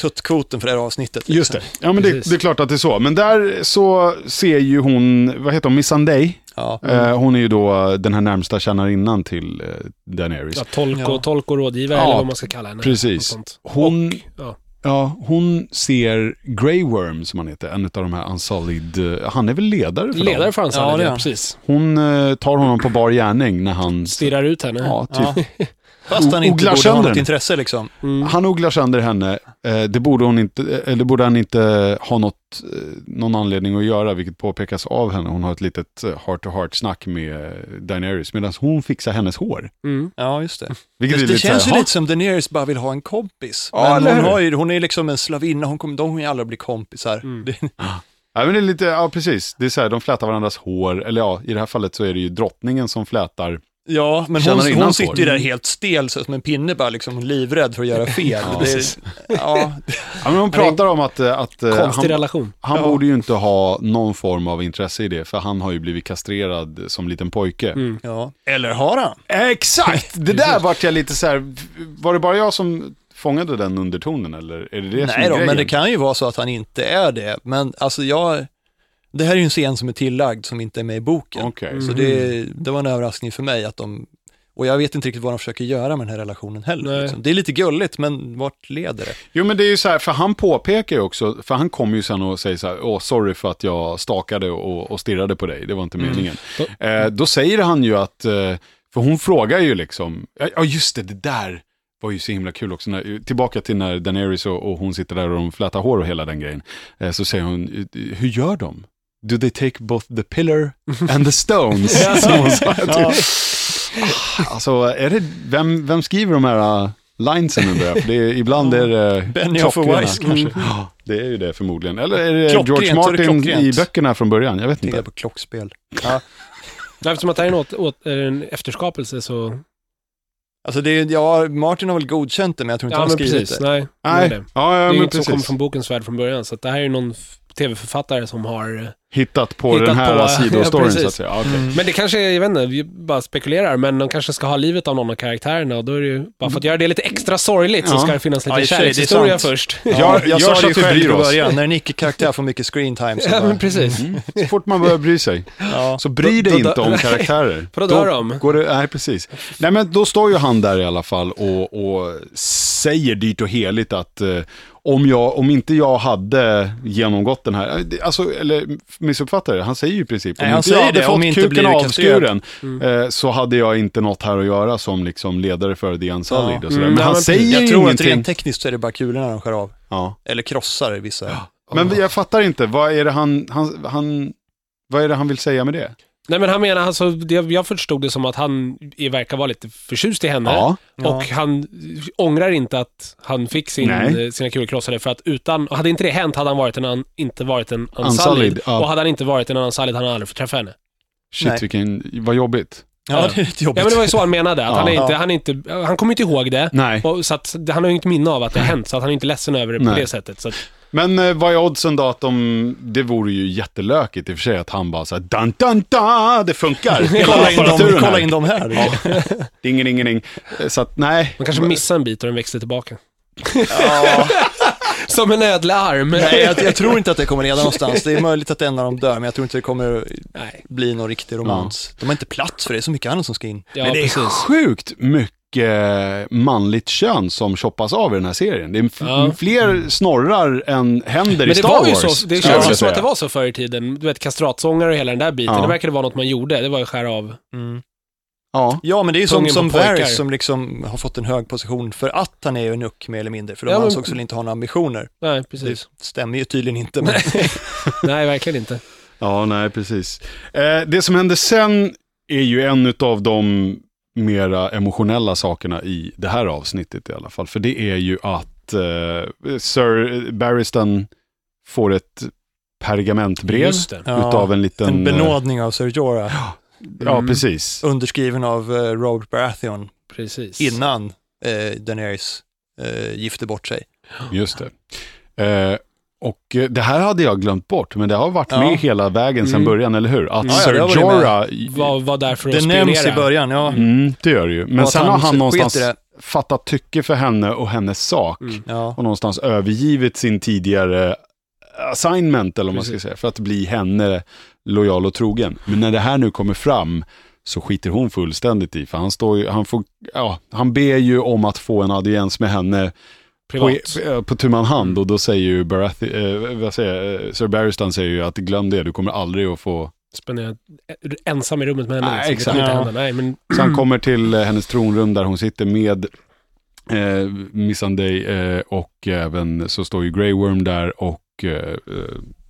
Speaker 2: tuttkvoten för det här avsnittet. liksom.
Speaker 1: Just det. Ja, men det,
Speaker 3: Precis.
Speaker 1: det är klart att det är så. Men där så ser ju hon, vad heter hon, Miss Sunday.
Speaker 2: Ja.
Speaker 3: Mm.
Speaker 1: Eh, hon är ju då eh, den här närmsta tjänarinnan till eh, Daenerys.
Speaker 3: Ja, tolk, och,
Speaker 2: Ja.
Speaker 3: tolk och rådgivare,
Speaker 1: Ja,
Speaker 3: eller vad man ska kalla henne. Något
Speaker 1: Precis.
Speaker 3: sånt.
Speaker 1: Hon,
Speaker 3: ja.
Speaker 1: ja, hon ser Grey Worm, som han heter, en av de här Unsolid, han är väl ledare för
Speaker 3: Ledare
Speaker 1: dem.
Speaker 3: för hans
Speaker 2: Ja,
Speaker 3: ja,
Speaker 2: det är
Speaker 3: det
Speaker 2: han.
Speaker 3: precis.
Speaker 1: Hon eh, tar honom på bar gärning när han...
Speaker 3: Stirrar ut henne.
Speaker 1: Ja,
Speaker 2: Ja.
Speaker 1: typ.
Speaker 2: Fast han inte
Speaker 1: Oglar
Speaker 2: borde ha
Speaker 1: sönder
Speaker 2: något
Speaker 1: den.
Speaker 2: intresse liksom.
Speaker 3: Mm.
Speaker 1: Han ugglar sönder henne. Eh, det, borde hon inte, eh, eller det borde han inte ha något, eh, någon anledning att göra, vilket påpekas av henne. Hon har ett litet eh, heart-to-heart-snack med eh, Daenerys, medan hon fixar hennes hår.
Speaker 3: Mm.
Speaker 2: Ja, just det.
Speaker 1: Vilket
Speaker 2: Det,
Speaker 1: är lite
Speaker 2: känns
Speaker 1: så
Speaker 2: ju
Speaker 1: här,
Speaker 2: lite som Daenerys bara vill ha en kompis.
Speaker 1: Ja, eller
Speaker 2: men hon,
Speaker 1: hur?
Speaker 2: har ju, hon är liksom en slavinna, hon kommer, de kommer ju aldrig bli kompisar. Det,
Speaker 1: "Ha?" Ja, men det är lite, ja precis. Det är så här, de flätar varandras hår, eller ja, i det här fallet så är det ju drottningen som flätar.
Speaker 2: ja, men
Speaker 1: Känner
Speaker 2: hon,
Speaker 1: innan
Speaker 2: hon
Speaker 1: på
Speaker 2: sitter
Speaker 1: det.
Speaker 2: ju där helt stel så som en pinne bara, liksom livrädd för att göra fel.
Speaker 1: Ja.
Speaker 2: det, är- ja,
Speaker 1: Ja, men hon pratar om att, eh, att eh,
Speaker 3: Konstig
Speaker 1: han,
Speaker 3: relation.
Speaker 1: han
Speaker 2: Ja.
Speaker 1: borde ju inte ha någon form av intresse i det, för han har ju blivit kastrerad som liten pojke.
Speaker 2: ja. Eller har han?
Speaker 1: Exakt! Det där vart jag lite så här, var det bara jag som fångade den undertonen eller är det det som
Speaker 2: Nej
Speaker 1: är
Speaker 2: då,
Speaker 1: grejen?
Speaker 2: men det kan ju vara så att han inte är det. Men alltså jag, det här är ju en scen som är tillagd som inte är med i boken.
Speaker 1: Okej.
Speaker 2: Så det, det var en överraskning för mig att de Och jag vet inte riktigt vad de försöker göra med den här relationen heller.
Speaker 3: Nej.
Speaker 2: Liksom. Det är lite gulligt, men vart leder det?
Speaker 1: Jo men det är ju så här, för han påpekar ju också, för han kommer ju sen och säger så här, åh sorry för att jag stakade och, och stirrade på dig, det var inte meningen. Eh, då säger han ju att, eh, för hon frågar ju liksom, ja ja, just det, det där var ju så himla kul också. När, tillbaka till när Daenerys och, och hon sitter där och de flätar hår och hela den grejen. Eh, så säger hon, hur gör de? Do they take both the pillar and the stones? Som hon sa.
Speaker 3: Ja.
Speaker 1: Alltså, är det, vem, vem skriver de här äh, linesen nu börjar? För det är, ibland är det
Speaker 2: Benioff och Mm.
Speaker 1: klockrena. Mm.
Speaker 2: Weiss kanske.
Speaker 1: Ja, det är ju det förmodligen. Eller är det George
Speaker 2: Klockrent, så är det
Speaker 1: Martin i
Speaker 2: klockrent.
Speaker 1: böckerna från början? Jag vet
Speaker 2: Tänker
Speaker 1: inte.
Speaker 2: jag på klockspel.
Speaker 3: Nej, Eftersom att det här är en, åt, åt, är en efterskapelse så...
Speaker 2: Alltså det är, ja, Martin har väl godkänt det, men jag tror inte
Speaker 3: Ja,
Speaker 2: han
Speaker 3: men
Speaker 2: skrivit
Speaker 3: precis.
Speaker 2: det.
Speaker 3: Nej, det är
Speaker 1: Nej,
Speaker 3: det.
Speaker 1: ja, ja
Speaker 3: Det är
Speaker 1: men
Speaker 3: inget som kommer
Speaker 1: precis.
Speaker 3: från bokens värld från början, så att det här är någon f- tv-författare som har... eh,
Speaker 1: Mm. Hittat på
Speaker 3: Hittat
Speaker 1: den här
Speaker 3: på- Ja,
Speaker 1: sidostoryn
Speaker 3: precis.
Speaker 1: så att säga. Ja, okej.
Speaker 3: Men det kanske är, jag vet inte, vi bara spekulerar, men de kanske ska ha livet av någon av karaktärerna och då är det ju, bara för att göra det lite extra sorgligt så
Speaker 1: Ja.
Speaker 3: ska det finnas lite
Speaker 2: Ja, i och för sig, det är
Speaker 3: kärlekshistoria
Speaker 2: sant.
Speaker 3: först.
Speaker 1: Ja,
Speaker 2: jag
Speaker 1: gör så
Speaker 2: sa
Speaker 1: att
Speaker 2: det
Speaker 1: vi bryr
Speaker 2: själv i
Speaker 1: oss.
Speaker 2: början, när en icke-karaktär får mycket screen time så
Speaker 3: Ja,
Speaker 2: bara,
Speaker 3: men precis.
Speaker 1: Mm. Så fort man börjar bry sig,
Speaker 2: ja.
Speaker 1: så bryr
Speaker 3: Då-
Speaker 1: dig
Speaker 3: då-
Speaker 1: inte om
Speaker 3: nej.
Speaker 1: karaktärer.
Speaker 3: För då dör de.
Speaker 1: Går det, nej, precis. Nej, men då står ju han där i alla fall och, och säger dyrt och heligt att eh, om, jag, om inte jag hade genomgått den här, eh, det- alltså, eller missuppfattar jag det, han säger ju i princip, om
Speaker 2: Nej, han
Speaker 1: inte jag
Speaker 2: säger
Speaker 1: hade
Speaker 2: det,
Speaker 1: fått
Speaker 2: om inte Mm.
Speaker 1: kuken
Speaker 2: blir det
Speaker 1: avskuren eh, så hade jag inte något här att göra som liksom ledare för The Unsullied
Speaker 2: Ja.
Speaker 1: och sådär.
Speaker 3: Mm,
Speaker 1: Men
Speaker 3: nej,
Speaker 1: han
Speaker 3: men
Speaker 1: säger
Speaker 2: Jag
Speaker 1: ju
Speaker 2: tror att
Speaker 1: ingenting.
Speaker 2: rent tekniskt så är det bara kulorna de skär av.
Speaker 1: ja.
Speaker 2: Eller krossar i vissa.
Speaker 1: Men jag fattar inte, vad är det han, han, han, vad är det han vill säga med det?
Speaker 3: Nej men han menar, alltså, det, jag förstod det som att han är, verkar vara lite förtjust i henne. Och han ångrar inte att han fick sin,
Speaker 1: Nej.
Speaker 3: eh, sina kulor krossade för att utan, och hade inte det hänt hade han varit en, an- inte varit en unsullied.
Speaker 1: Unsullied, ja.
Speaker 3: Och hade han inte varit en unsullied hade han aldrig fått träffa henne.
Speaker 1: Shit,
Speaker 2: Nej.
Speaker 1: vilken, vad jobbigt.
Speaker 2: Ja, det är lite
Speaker 3: Ja
Speaker 2: jobbigt.
Speaker 3: men det var ju så han menade, att
Speaker 1: Ja.
Speaker 3: han, är inte,
Speaker 2: Ja.
Speaker 3: han, är inte, han kommer inte ihåg det.
Speaker 1: Nej.
Speaker 3: Och, så att, han har ju inget minne av att det har hänt, så att han är inte ledsen över det på
Speaker 1: Nej.
Speaker 3: det sättet. Så att,
Speaker 1: Men eh, vad är oddsen då att de, det vore ju jättelökigt i och för sig att han bara såhär, dan dan dan, det funkar.
Speaker 2: kolla, in dem,
Speaker 1: Apparaturen här.
Speaker 2: kolla in dem här. Ja.
Speaker 1: Ding, ding, ding. Eh, Så att nej.
Speaker 3: man kanske missar en bit och den växer tillbaka. Som en ödlearm.
Speaker 2: Nej, jag, jag tror inte att det kommer leda någonstans. Det är möjligt att en av dem dör, men jag tror inte det kommer
Speaker 3: Nej.
Speaker 2: bli någon riktig romans. De har inte plats för det, det är så mycket annat som ska in.
Speaker 3: Ja,
Speaker 1: Men det är
Speaker 3: precis.
Speaker 1: sjukt mycket manligt kön som shoppas av i den här serien. Det är f-
Speaker 3: Ja.
Speaker 1: fler snorrar än händer i
Speaker 3: Men det
Speaker 1: Star
Speaker 3: var ju
Speaker 1: Wars.
Speaker 3: så, det
Speaker 1: skulle jag
Speaker 3: känns ju
Speaker 1: vilja
Speaker 3: som att det
Speaker 1: säga.
Speaker 3: var så förr i tiden. Du vet, kastratsångare och hela den där biten.
Speaker 1: Ja.
Speaker 3: Det verkade vara något man gjorde. Det var ju skära av.
Speaker 1: Ja.
Speaker 2: Mm. Ja, men det är ju som,
Speaker 3: Kungen
Speaker 2: som
Speaker 3: på pojkar.
Speaker 2: Varys som liksom har fått en hög position för att han är ju nuck mer eller mindre, för de
Speaker 3: Ja, men-
Speaker 2: ansågs väl inte ha några ambitioner.
Speaker 3: Nej, precis.
Speaker 2: Det stämmer ju tydligen inte, men
Speaker 3: Nej, verkligen inte.
Speaker 1: ja, nej precis. Eh, det som händer sen är ju en av de mera emotionella sakerna i det här avsnittet i alla fall. För det är ju att eh, Sir Barristan får ett pergamentbrev
Speaker 3: Just det.
Speaker 2: Ja,
Speaker 1: utav en liten...
Speaker 2: en
Speaker 1: eh,
Speaker 2: benådning av Sir Jorah,
Speaker 1: Ja,
Speaker 3: Mm.
Speaker 1: precis.
Speaker 2: underskriven av eh, Robert Baratheon
Speaker 3: Precis.
Speaker 2: innan eh, Daenerys eh, gifte bort sig.
Speaker 1: Just det. Eh, och eh, det här hade jag glömt bort, men det har varit
Speaker 2: Ja.
Speaker 1: med hela vägen sedan
Speaker 3: Mm.
Speaker 1: början, eller hur? Att
Speaker 3: Ja,
Speaker 2: ja,
Speaker 1: Sir
Speaker 2: det har varit
Speaker 1: Jorah...
Speaker 3: Var, var där för att
Speaker 2: Det
Speaker 3: spionera.
Speaker 2: nämns i början, ja.
Speaker 1: Mm, det gör det ju. Men
Speaker 2: Och att
Speaker 1: sen har han
Speaker 2: sket
Speaker 1: någonstans
Speaker 2: i det.
Speaker 1: fattat tycke för henne och hennes sak.
Speaker 3: Mm.
Speaker 2: Ja.
Speaker 1: Och någonstans övergivit sin tidigare assignment, eller vad man ska
Speaker 3: Precis.
Speaker 1: säga, för att bli henne lojal och trogen. Men när det här nu kommer fram så skiter hon fullständigt i, för han, står ju, han, får, ja, han ber ju om att få en audiens med henne på,
Speaker 3: Privat. Mm.
Speaker 1: eh, på tu man hand och då säger ju Barathi, eh, vad säger, jag, eh, Sir Barristan säger ju att glöm det, du kommer aldrig att få...
Speaker 3: Spendera ensam i rummet med henne.
Speaker 1: Nej,
Speaker 3: liksom.
Speaker 1: exakt.
Speaker 3: Det kommer
Speaker 2: Ja.
Speaker 3: inte hända. Nej, men
Speaker 1: Så han kommer till eh, hennes tronrum där hon sitter med eh, Missandei eh, och även så står ju Grey Worm där och eh, eh,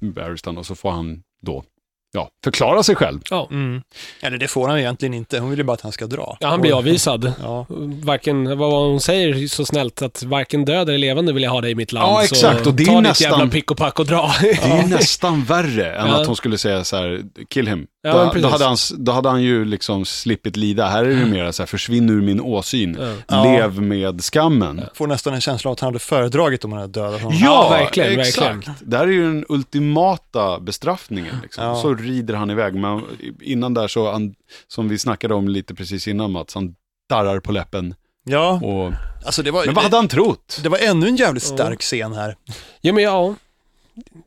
Speaker 1: Barristan och så får han då ja, förklara sig själv.
Speaker 2: Mm. Eller det får han ju egentligen inte, hon vill ju bara att han ska dra.
Speaker 3: ja, han blir
Speaker 2: Och-
Speaker 3: avvisad.
Speaker 2: Ja.
Speaker 3: Varken, vad var hon säger så snällt, att varken död eller levande vill jag ha dig i mitt land.
Speaker 1: Ja, exakt,
Speaker 3: Så
Speaker 1: och det är
Speaker 3: ta
Speaker 1: nästan-
Speaker 3: ditt jävla pick och pack och dra.
Speaker 1: Det är ju nästan värre än
Speaker 3: Ja.
Speaker 1: att hon skulle säga så här, kill him.
Speaker 3: Ja,
Speaker 1: då,
Speaker 3: men precis.
Speaker 1: då, hade han, s- då hade han ju liksom slippit lida. Här är det ju mer så här, försvinn ur min åsyn.
Speaker 3: Ja.
Speaker 2: Ja.
Speaker 1: Lev med skammen.
Speaker 2: Får nästan en känsla av att han hade föredragit om han hade dödat honom.
Speaker 3: Ja, verkligen, verkligen.
Speaker 1: Det här är ju den ultimata bestraffningen. Liksom.
Speaker 2: Ja.
Speaker 1: Så rider han iväg. Men innan där så, han, som vi snackade om lite precis innan Mats, han darrar på läppen.
Speaker 2: Ja,
Speaker 1: Och...
Speaker 2: alltså det var,
Speaker 1: Men vad hade han trott?
Speaker 2: det var ännu en jävligt
Speaker 3: Ja.
Speaker 2: stark scen här.
Speaker 3: Ja, men ja.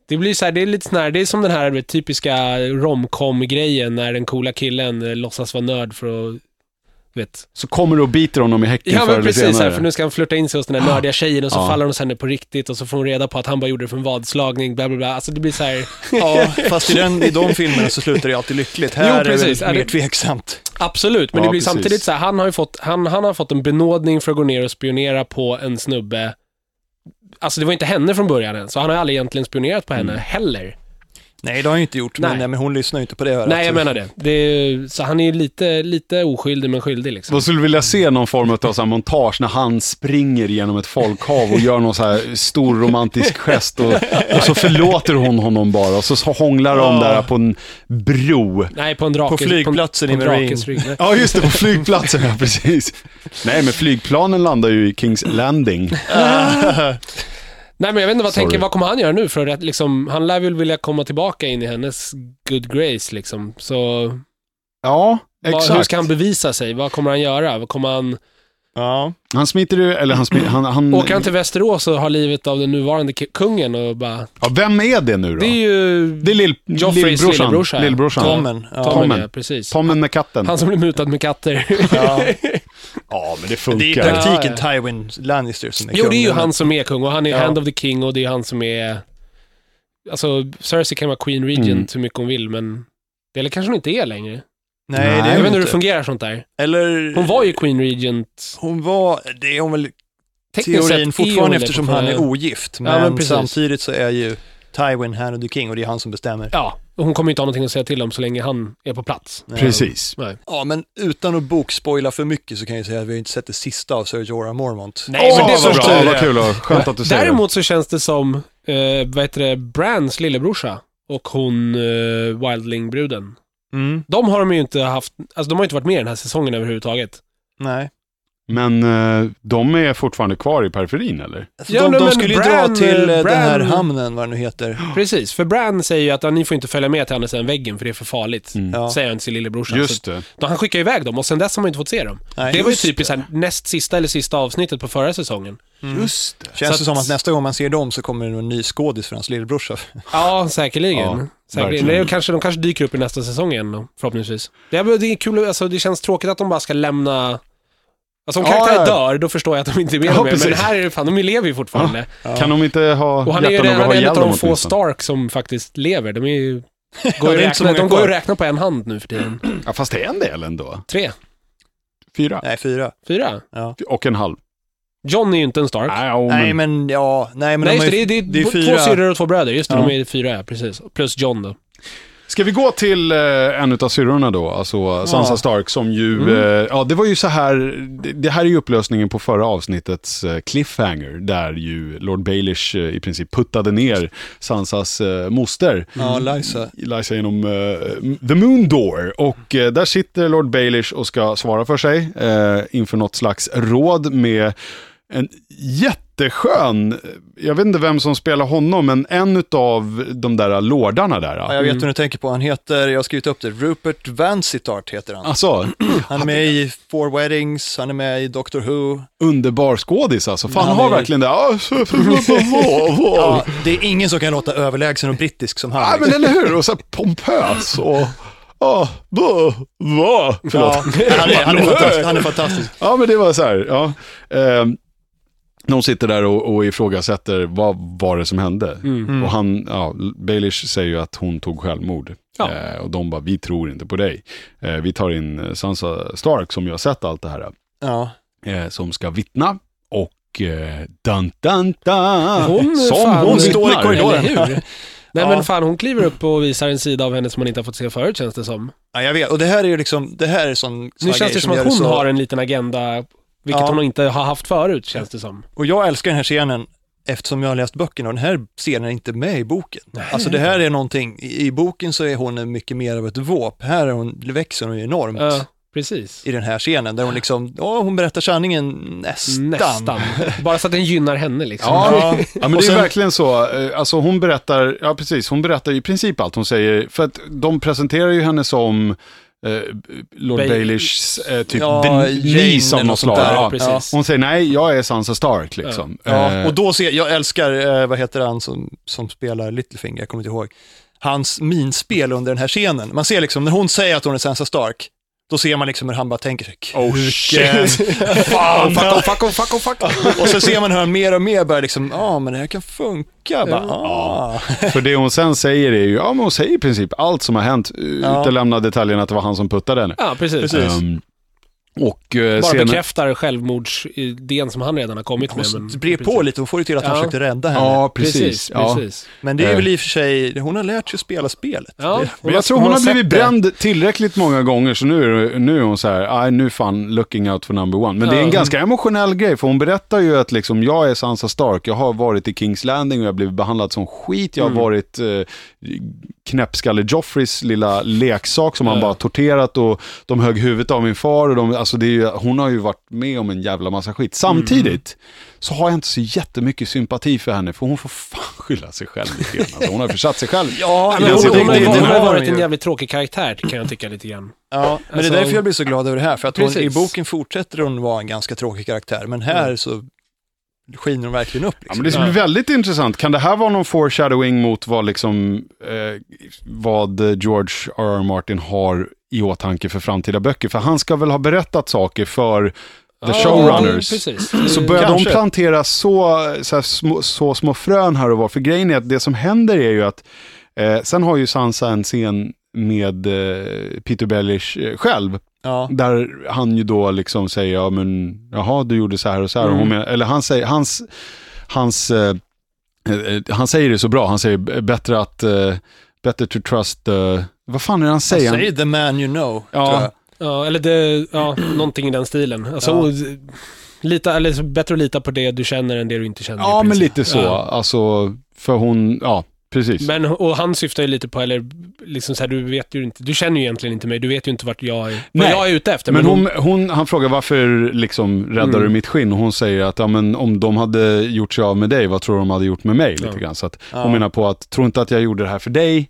Speaker 3: Det blir så här, det är lite sån här, det är som den här du vet, typiska romcom-grejen när den coola killen eh, låtsas vara nörd för att du vet.
Speaker 1: Så kommer du och biter honom i häcken
Speaker 3: Ja
Speaker 1: förr
Speaker 3: men
Speaker 1: eller
Speaker 3: precis, här,
Speaker 1: senare. Ah.
Speaker 3: för nu ska han flirta in sig hos den här nördiga tjejen och så
Speaker 1: Ja.
Speaker 3: faller hon sen ner på riktigt och så får hon reda på att han bara gjorde det för en vadslagning, bla bla bla. Alltså det blir så här,
Speaker 2: Ja, fast i, den, i de filmerna så slutar det alltid lyckligt. Här
Speaker 3: Jo,
Speaker 2: är
Speaker 3: precis.
Speaker 2: det
Speaker 3: Är
Speaker 2: väl mer
Speaker 3: det-
Speaker 2: tveksamt.
Speaker 3: absolut, men
Speaker 1: Ja,
Speaker 3: det blir
Speaker 1: precis.
Speaker 3: samtidigt så här, han har ju fått, han, han har fått en benådning för att gå ner och spionera på en snubbe. Alltså det var inte henne från början än, så han har ju aldrig egentligen spionerat på henne
Speaker 1: Mm.
Speaker 3: heller.
Speaker 2: Nej, det har jag inte gjort, men,
Speaker 3: Nej.
Speaker 2: nej, men hon lyssnar ju inte på det. örat.
Speaker 3: Nej, jag menar det. det är, så han är ju lite, lite oskyldig men skyldig liksom.
Speaker 1: Vad skulle du vilja se någon form av så här montage när han springer genom ett folkhav och gör någon så här stor romantisk gest och, och så förlåter hon honom bara och så hånglar de där på en bro.
Speaker 3: Nej, på en drake.
Speaker 2: På flygplatsen
Speaker 3: på, en-
Speaker 2: i
Speaker 3: på en
Speaker 2: Marine.
Speaker 3: drakes rygg. Nej.
Speaker 1: Ja, just det, på flygplatsen, ja precis. Nej, men flygplanen landar ju i Kings Landing.
Speaker 3: Nej, men jag vet inte, vad,
Speaker 1: Sorry.
Speaker 3: tänker, vad kommer han göra nu? För att liksom, han lär väl vilja komma tillbaka in i hennes good grace liksom. Så
Speaker 1: Ja,
Speaker 3: vad, hur
Speaker 1: exakt.
Speaker 3: ska han bevisa sig? Vad kommer han göra? Vad kommer han,
Speaker 2: Ja.
Speaker 1: Han smiter ju, eller han smiter, han, han,
Speaker 3: åker han till Västerås och har livet av den nuvarande ki- kungen och bara...
Speaker 1: ja, vem är det nu då?
Speaker 3: Det är ju...
Speaker 1: Det är lill,
Speaker 3: Joffreys lillebrorsa,
Speaker 1: lillbrorsan.
Speaker 3: ja.
Speaker 1: Lillbrorsan. Tommen.
Speaker 2: Tommen. Ja.
Speaker 3: Tommen,
Speaker 1: Tommen.
Speaker 3: Ja, precis.
Speaker 1: med katten.
Speaker 3: Han som blir mutad med katter.
Speaker 2: Ja.
Speaker 1: Ja, men det
Speaker 2: Det är i
Speaker 1: funkar.
Speaker 2: praktiken Tywin Lannister som är
Speaker 3: jo, det är ju
Speaker 2: kungen.
Speaker 3: han som är kung och han är
Speaker 2: Ja.
Speaker 3: hand of the king och det är han som är... Alltså, Cersei kan vara queen regent
Speaker 1: Mm.
Speaker 3: hur mycket hon vill, men... Eller kanske hon inte är längre.
Speaker 2: Nej, det
Speaker 1: Nej,
Speaker 2: är
Speaker 3: Jag
Speaker 2: hon
Speaker 3: vet inte hur det
Speaker 2: inte.
Speaker 3: fungerar sånt där.
Speaker 2: Eller...
Speaker 3: Hon var ju Queen Regent
Speaker 2: Hon var, det är hon väl
Speaker 3: tekniskt sett. är
Speaker 2: teorin
Speaker 3: hon
Speaker 2: fortfarande
Speaker 3: det
Speaker 2: eftersom han är
Speaker 3: fortfarande.
Speaker 2: ogift. Men,
Speaker 3: men precis.
Speaker 2: samtidigt så är ju Tywin Hand of the King och det är han som bestämmer.
Speaker 3: Ja, och hon kommer ju inte ha någonting att säga till om så länge han är på plats.
Speaker 1: Precis.
Speaker 3: Nej.
Speaker 2: Eh, Ja, men utan att bokspoila för mycket så kan jag säga att vi har inte sett det sista av Sir Jorah Mormont.
Speaker 3: Nej, men
Speaker 1: Åh,
Speaker 3: det är så
Speaker 1: vad bra.
Speaker 3: tur
Speaker 1: Ja,
Speaker 3: det.
Speaker 1: vad kul. och Skönt att du säger det.
Speaker 3: Däremot så känns det som, eh, vad heter det, Brans lillebrorsa och hon eh, Wildling-bruden.
Speaker 2: Mm,
Speaker 3: De har de ju inte haft, alltså de har ju inte varit med i den här säsongen överhuvudtaget.
Speaker 2: nej.
Speaker 1: Men eh, de är fortfarande kvar i periferin eller?
Speaker 2: Alltså,
Speaker 3: Ja,
Speaker 2: de,
Speaker 3: nej,
Speaker 2: de
Speaker 3: men
Speaker 2: skulle ju
Speaker 3: Bran,
Speaker 2: dra till eh, den här
Speaker 3: Bran- Mm.
Speaker 2: hamnen, vad det nu heter.
Speaker 3: Precis, för Bran säger ju att ja, ni får inte följa med till andra sidan väggen för det är för farligt.
Speaker 2: Ja.
Speaker 3: Säger han till sin lillebrorsa.
Speaker 1: Mm. Just det.
Speaker 3: Så, då, han skickar iväg dem och sen dess har man inte fått se dem.
Speaker 2: Nej,
Speaker 3: det var ju
Speaker 2: just
Speaker 3: typ i så här, näst sista eller sista avsnittet på förra säsongen.
Speaker 1: Mm. Just det.
Speaker 2: Känns
Speaker 3: Så
Speaker 2: det som
Speaker 3: att-
Speaker 2: att nästa gång man ser dem så kommer det nog en ny skådis för hans lillebrorsa.
Speaker 3: Ja, säkerligen.
Speaker 1: Ja,
Speaker 3: säkerligen.
Speaker 1: verkligen.
Speaker 3: Det är, ju kanske, de kanske dyker upp i nästa säsong igen då, förhoppningsvis. Det, är, det, är kul, alltså, det känns tråkigt att de bara ska lämna... Alltså om
Speaker 1: Ja,
Speaker 3: karaktärer
Speaker 1: ja.
Speaker 3: dör, då förstår jag att de inte är med
Speaker 1: Ja,
Speaker 3: mer. Men
Speaker 1: precis.
Speaker 3: här är det fan, de lever ju fortfarande.
Speaker 1: Kan de inte ha
Speaker 3: Och han är ju
Speaker 1: hjärtan att
Speaker 3: redan
Speaker 1: ha
Speaker 3: en av
Speaker 1: ihjäl dem liksom.
Speaker 3: de få
Speaker 1: åtminstone?
Speaker 3: Stark som faktiskt lever. De är ju... Går
Speaker 2: det
Speaker 3: ju
Speaker 2: är inte så
Speaker 3: räkna,
Speaker 2: många
Speaker 3: de går ju
Speaker 2: kvar.
Speaker 3: att räkna på en hand nu för tiden.
Speaker 1: Ja, fast det är en del ändå.
Speaker 3: Tre,
Speaker 1: Fyra.
Speaker 2: Nej, fyra.
Speaker 3: fyra.
Speaker 2: Ja.
Speaker 1: Och en halv.
Speaker 3: John är ju inte en Stark.
Speaker 1: Nej, ja, men...
Speaker 2: Nej, men ja, nej, men
Speaker 3: Nej,
Speaker 2: de
Speaker 3: just
Speaker 2: har ju-
Speaker 3: det, det, är- det är
Speaker 2: ju
Speaker 3: två syrror och två bröder. Just det,
Speaker 1: Ja.
Speaker 3: de är fyra, ja, precis. Plus John då.
Speaker 1: Ska vi gå till eh, en av syrrorna då, alltså Sansa
Speaker 2: Ja. Mm.
Speaker 1: Stark som ju, eh, ja det var ju så här, det, det här är ju upplösningen på förra avsnittets eh, cliffhanger, där ju Lord Baelish eh, i princip puttade ner Sansas eh, moster.
Speaker 2: Ja, Liza.
Speaker 1: Eliza genom eh, The Moon Door. Och eh, där sitter Lord Baelish och ska svara för sig eh, inför något slags råd med en jätteskön, eh, jag vet inte vem som spelar honom, men en av de där lordarna där.
Speaker 2: Ja, jag vet
Speaker 3: Mm.
Speaker 2: hur du tänker på. Han heter, jag har skrivit upp det, Rupert Vansittart heter
Speaker 3: Ah,
Speaker 2: han.
Speaker 1: Alltså,
Speaker 2: Han är med i Four Weddings, han är med i Doctor Who.
Speaker 1: underbar skådis alltså. Fan, han
Speaker 2: Han
Speaker 1: har
Speaker 2: är-
Speaker 1: verkligen det. Ah, så- så- så- så-
Speaker 2: Ja, det är ingen som kan låta överlägsen och brittisk som
Speaker 1: Nej,
Speaker 3: Ah,
Speaker 2: han.
Speaker 1: men eller hur? Och så här pompös och... Ja, då, va? Förlåt.
Speaker 2: Ja, han, är, han, är fantastisk, han är fantastisk.
Speaker 1: Ja, men det var så här. Ja. Ehm, de sitter där och, och ifrågasätter vad var det som hände. Och han, ja, Baelish säger ju att hon tog självmord.
Speaker 3: Ja.
Speaker 1: Eh, och de bara, vi tror inte på dig. Eh, vi tar in eh, Sansa Stark som ju har sett allt det här,
Speaker 2: Ja.
Speaker 1: eh, som ska vittna. Och eh, dun, dun, dun,
Speaker 3: Hon,
Speaker 1: som
Speaker 3: fan,
Speaker 1: hon
Speaker 3: står i
Speaker 1: vittnar.
Speaker 2: korridoren.
Speaker 3: Eller hur? Nej
Speaker 2: Ja.
Speaker 3: men fan, hon kliver upp och visar en sida av henne som man inte har fått se förut känns det som.
Speaker 2: ja, jag vet. Och det här är ju liksom, det här är sån
Speaker 3: Nu
Speaker 2: såna
Speaker 3: känns
Speaker 2: grejer
Speaker 3: det som att
Speaker 2: gör
Speaker 3: hon
Speaker 2: så-
Speaker 3: har en liten agenda, vilket
Speaker 2: Ja.
Speaker 3: hon inte har haft förut känns det som.
Speaker 2: Och jag älskar den här scenen eftersom jag har läst böckerna och den här scenen är inte med i boken. Alltså det här är någonting, i, i boken så är hon mycket mer av ett våp. Här är hon, växer hon ju enormt.
Speaker 3: Ja, precis.
Speaker 2: i den här scenen, där hon liksom, ja hon berättar sanningen nästan.
Speaker 3: Nästan. Bara så att den gynnar henne liksom.
Speaker 1: Ja, ja, men det
Speaker 2: Och
Speaker 1: är
Speaker 2: sen-
Speaker 1: ju verkligen så. Eh, Alltså hon berättar, ja precis, hon berättar ju i princip allt hon säger. För att de presenterar ju henne som eh, Lord
Speaker 3: Bae-
Speaker 1: Baelishs eh, typ
Speaker 2: Ja,
Speaker 1: ja,
Speaker 2: Jane
Speaker 1: niece av
Speaker 2: eller
Speaker 1: något slag.
Speaker 2: något sånt där,
Speaker 1: Ja.
Speaker 3: precis.
Speaker 1: Hon säger nej, jag är Sansa Stark liksom.
Speaker 2: Ja,
Speaker 1: Eh,
Speaker 2: och då ser, jag älskar, eh, vad heter han som, som spelar Littlefinger, jag kommer inte ihåg, hans minspel under den här scenen. Man ser liksom, när hon säger att hon är Sansa Stark, Då ser man liksom hur han bara tänker sig,
Speaker 1: Oh shit.
Speaker 3: Fan, fuck off, fuck off, fuck off, fuck off.
Speaker 2: Och så ser man hur han mer och mer börjar liksom, ja ah, men det här kan funka. Bara, ah.
Speaker 1: För det hon sen säger är ju, ja men hon säger i princip allt som har hänt, eh, utelämna detaljen att det var han som puttade henne.
Speaker 3: Ja, precis.
Speaker 2: Precis.
Speaker 1: Ehm, och eh,
Speaker 3: Bara
Speaker 1: senare-
Speaker 3: bekräftar självmordsidén som han redan har kommit med.
Speaker 2: Hon
Speaker 3: men-
Speaker 2: brer på lite, hon får det till att han
Speaker 3: Ja.
Speaker 2: försökte rädda henne.
Speaker 1: Ja, precis.
Speaker 3: Precis,
Speaker 1: ja.
Speaker 3: precis.
Speaker 2: Men det är väl i och för sig, hon har lärt sig spela spelet.
Speaker 3: Ja,
Speaker 1: Men jag tror hon har blivit bränd tillräckligt många gånger så nu, är det- nu är hon så här, "Aj, nu fan looking out for number one. Men det är en
Speaker 3: Ja.
Speaker 1: ganska emotionell grej för hon berättar ju att liksom, jag är Sansa Stark, jag har varit i Kings Landing och jag har blivit behandlad som skit, jag
Speaker 3: Mm.
Speaker 1: har varit eh, knäppskalle Joffreys lilla leksak som han
Speaker 3: Ja.
Speaker 1: bara torterat och de högg huvudet av min far. Och de, alltså det är ju, hon har ju varit med om en jävla massa skit. Samtidigt så har jag inte så jättemycket sympati för henne för hon får fan skylla sig själv lite grann. Alltså, hon har försatt sig själv. Alltså,
Speaker 2: Ja,
Speaker 3: Ja,
Speaker 1: Det
Speaker 3: men
Speaker 1: är
Speaker 3: hon,
Speaker 1: så
Speaker 3: hon, hon, har ju
Speaker 1: riktigt.
Speaker 3: varit- hon
Speaker 1: Det
Speaker 3: har
Speaker 1: har
Speaker 3: varit en jävligt tråkig karaktär, kan jag tycka lite grann.
Speaker 2: Ja, men
Speaker 3: Alltså-
Speaker 2: det är därför jag blir så glad över det här, för att hon, i
Speaker 3: Precis.
Speaker 2: boken fortsätter hon vara en ganska tråkig karaktär, men här så skiner hon verkligen upp.
Speaker 1: Mm. Ja,
Speaker 2: Liksom.
Speaker 1: men det ska bli väldigt intressant. Kan det här vara någon foreshadowing mot vad, liksom, eh, vad George R.R. Martin har i åtanke för framtida böcker? För han ska väl ha berättat saker för the showrunners.
Speaker 3: Ja, precis. Mm.
Speaker 1: Så börjar de
Speaker 2: Kanske.
Speaker 1: plantera så, så, här, små, så små frön här och var. För grejen är att det som händer är ju att, eh, sen har ju Sansa en scen med eh, Peter Bellish eh, själv
Speaker 2: Ja.
Speaker 1: där han ju då liksom säger, ja men jaha du gjorde så här och så här. Och hon menar, eller han säger, hans, hans, eh, eh, han säger det så bra, han säger "B- bättre att, eh, better to trust, eh, vad fan är det han
Speaker 2: Han
Speaker 1: säger?
Speaker 2: säger Alltså, the man you know,
Speaker 1: Ja.
Speaker 2: tror jag.
Speaker 3: Ja, eller det, ja, någonting i den stilen. Alltså,
Speaker 2: Ja.
Speaker 3: och, lita, eller så bättre att lita på det du känner än det du inte känner. i
Speaker 1: ja men
Speaker 3: princip.
Speaker 1: lite så,
Speaker 3: Ja.
Speaker 1: alltså för hon, ja precis.
Speaker 3: Men, och han syftar ju lite på, eller liksom så här, du vet ju inte, du känner ju egentligen inte mig, du vet ju inte vart jag är, vad
Speaker 1: Nej.
Speaker 3: jag är ute efter.
Speaker 1: Men hon, hon, han frågar varför liksom räddar du mitt skinn? Och hon säger att ja, men om de hade gjort sig av med dig, vad tror du de hade gjort med mig? Lite
Speaker 3: Ja.
Speaker 1: grann. Så att
Speaker 2: Ja.
Speaker 1: hon menar på att, tro inte att jag gjorde det här för dig,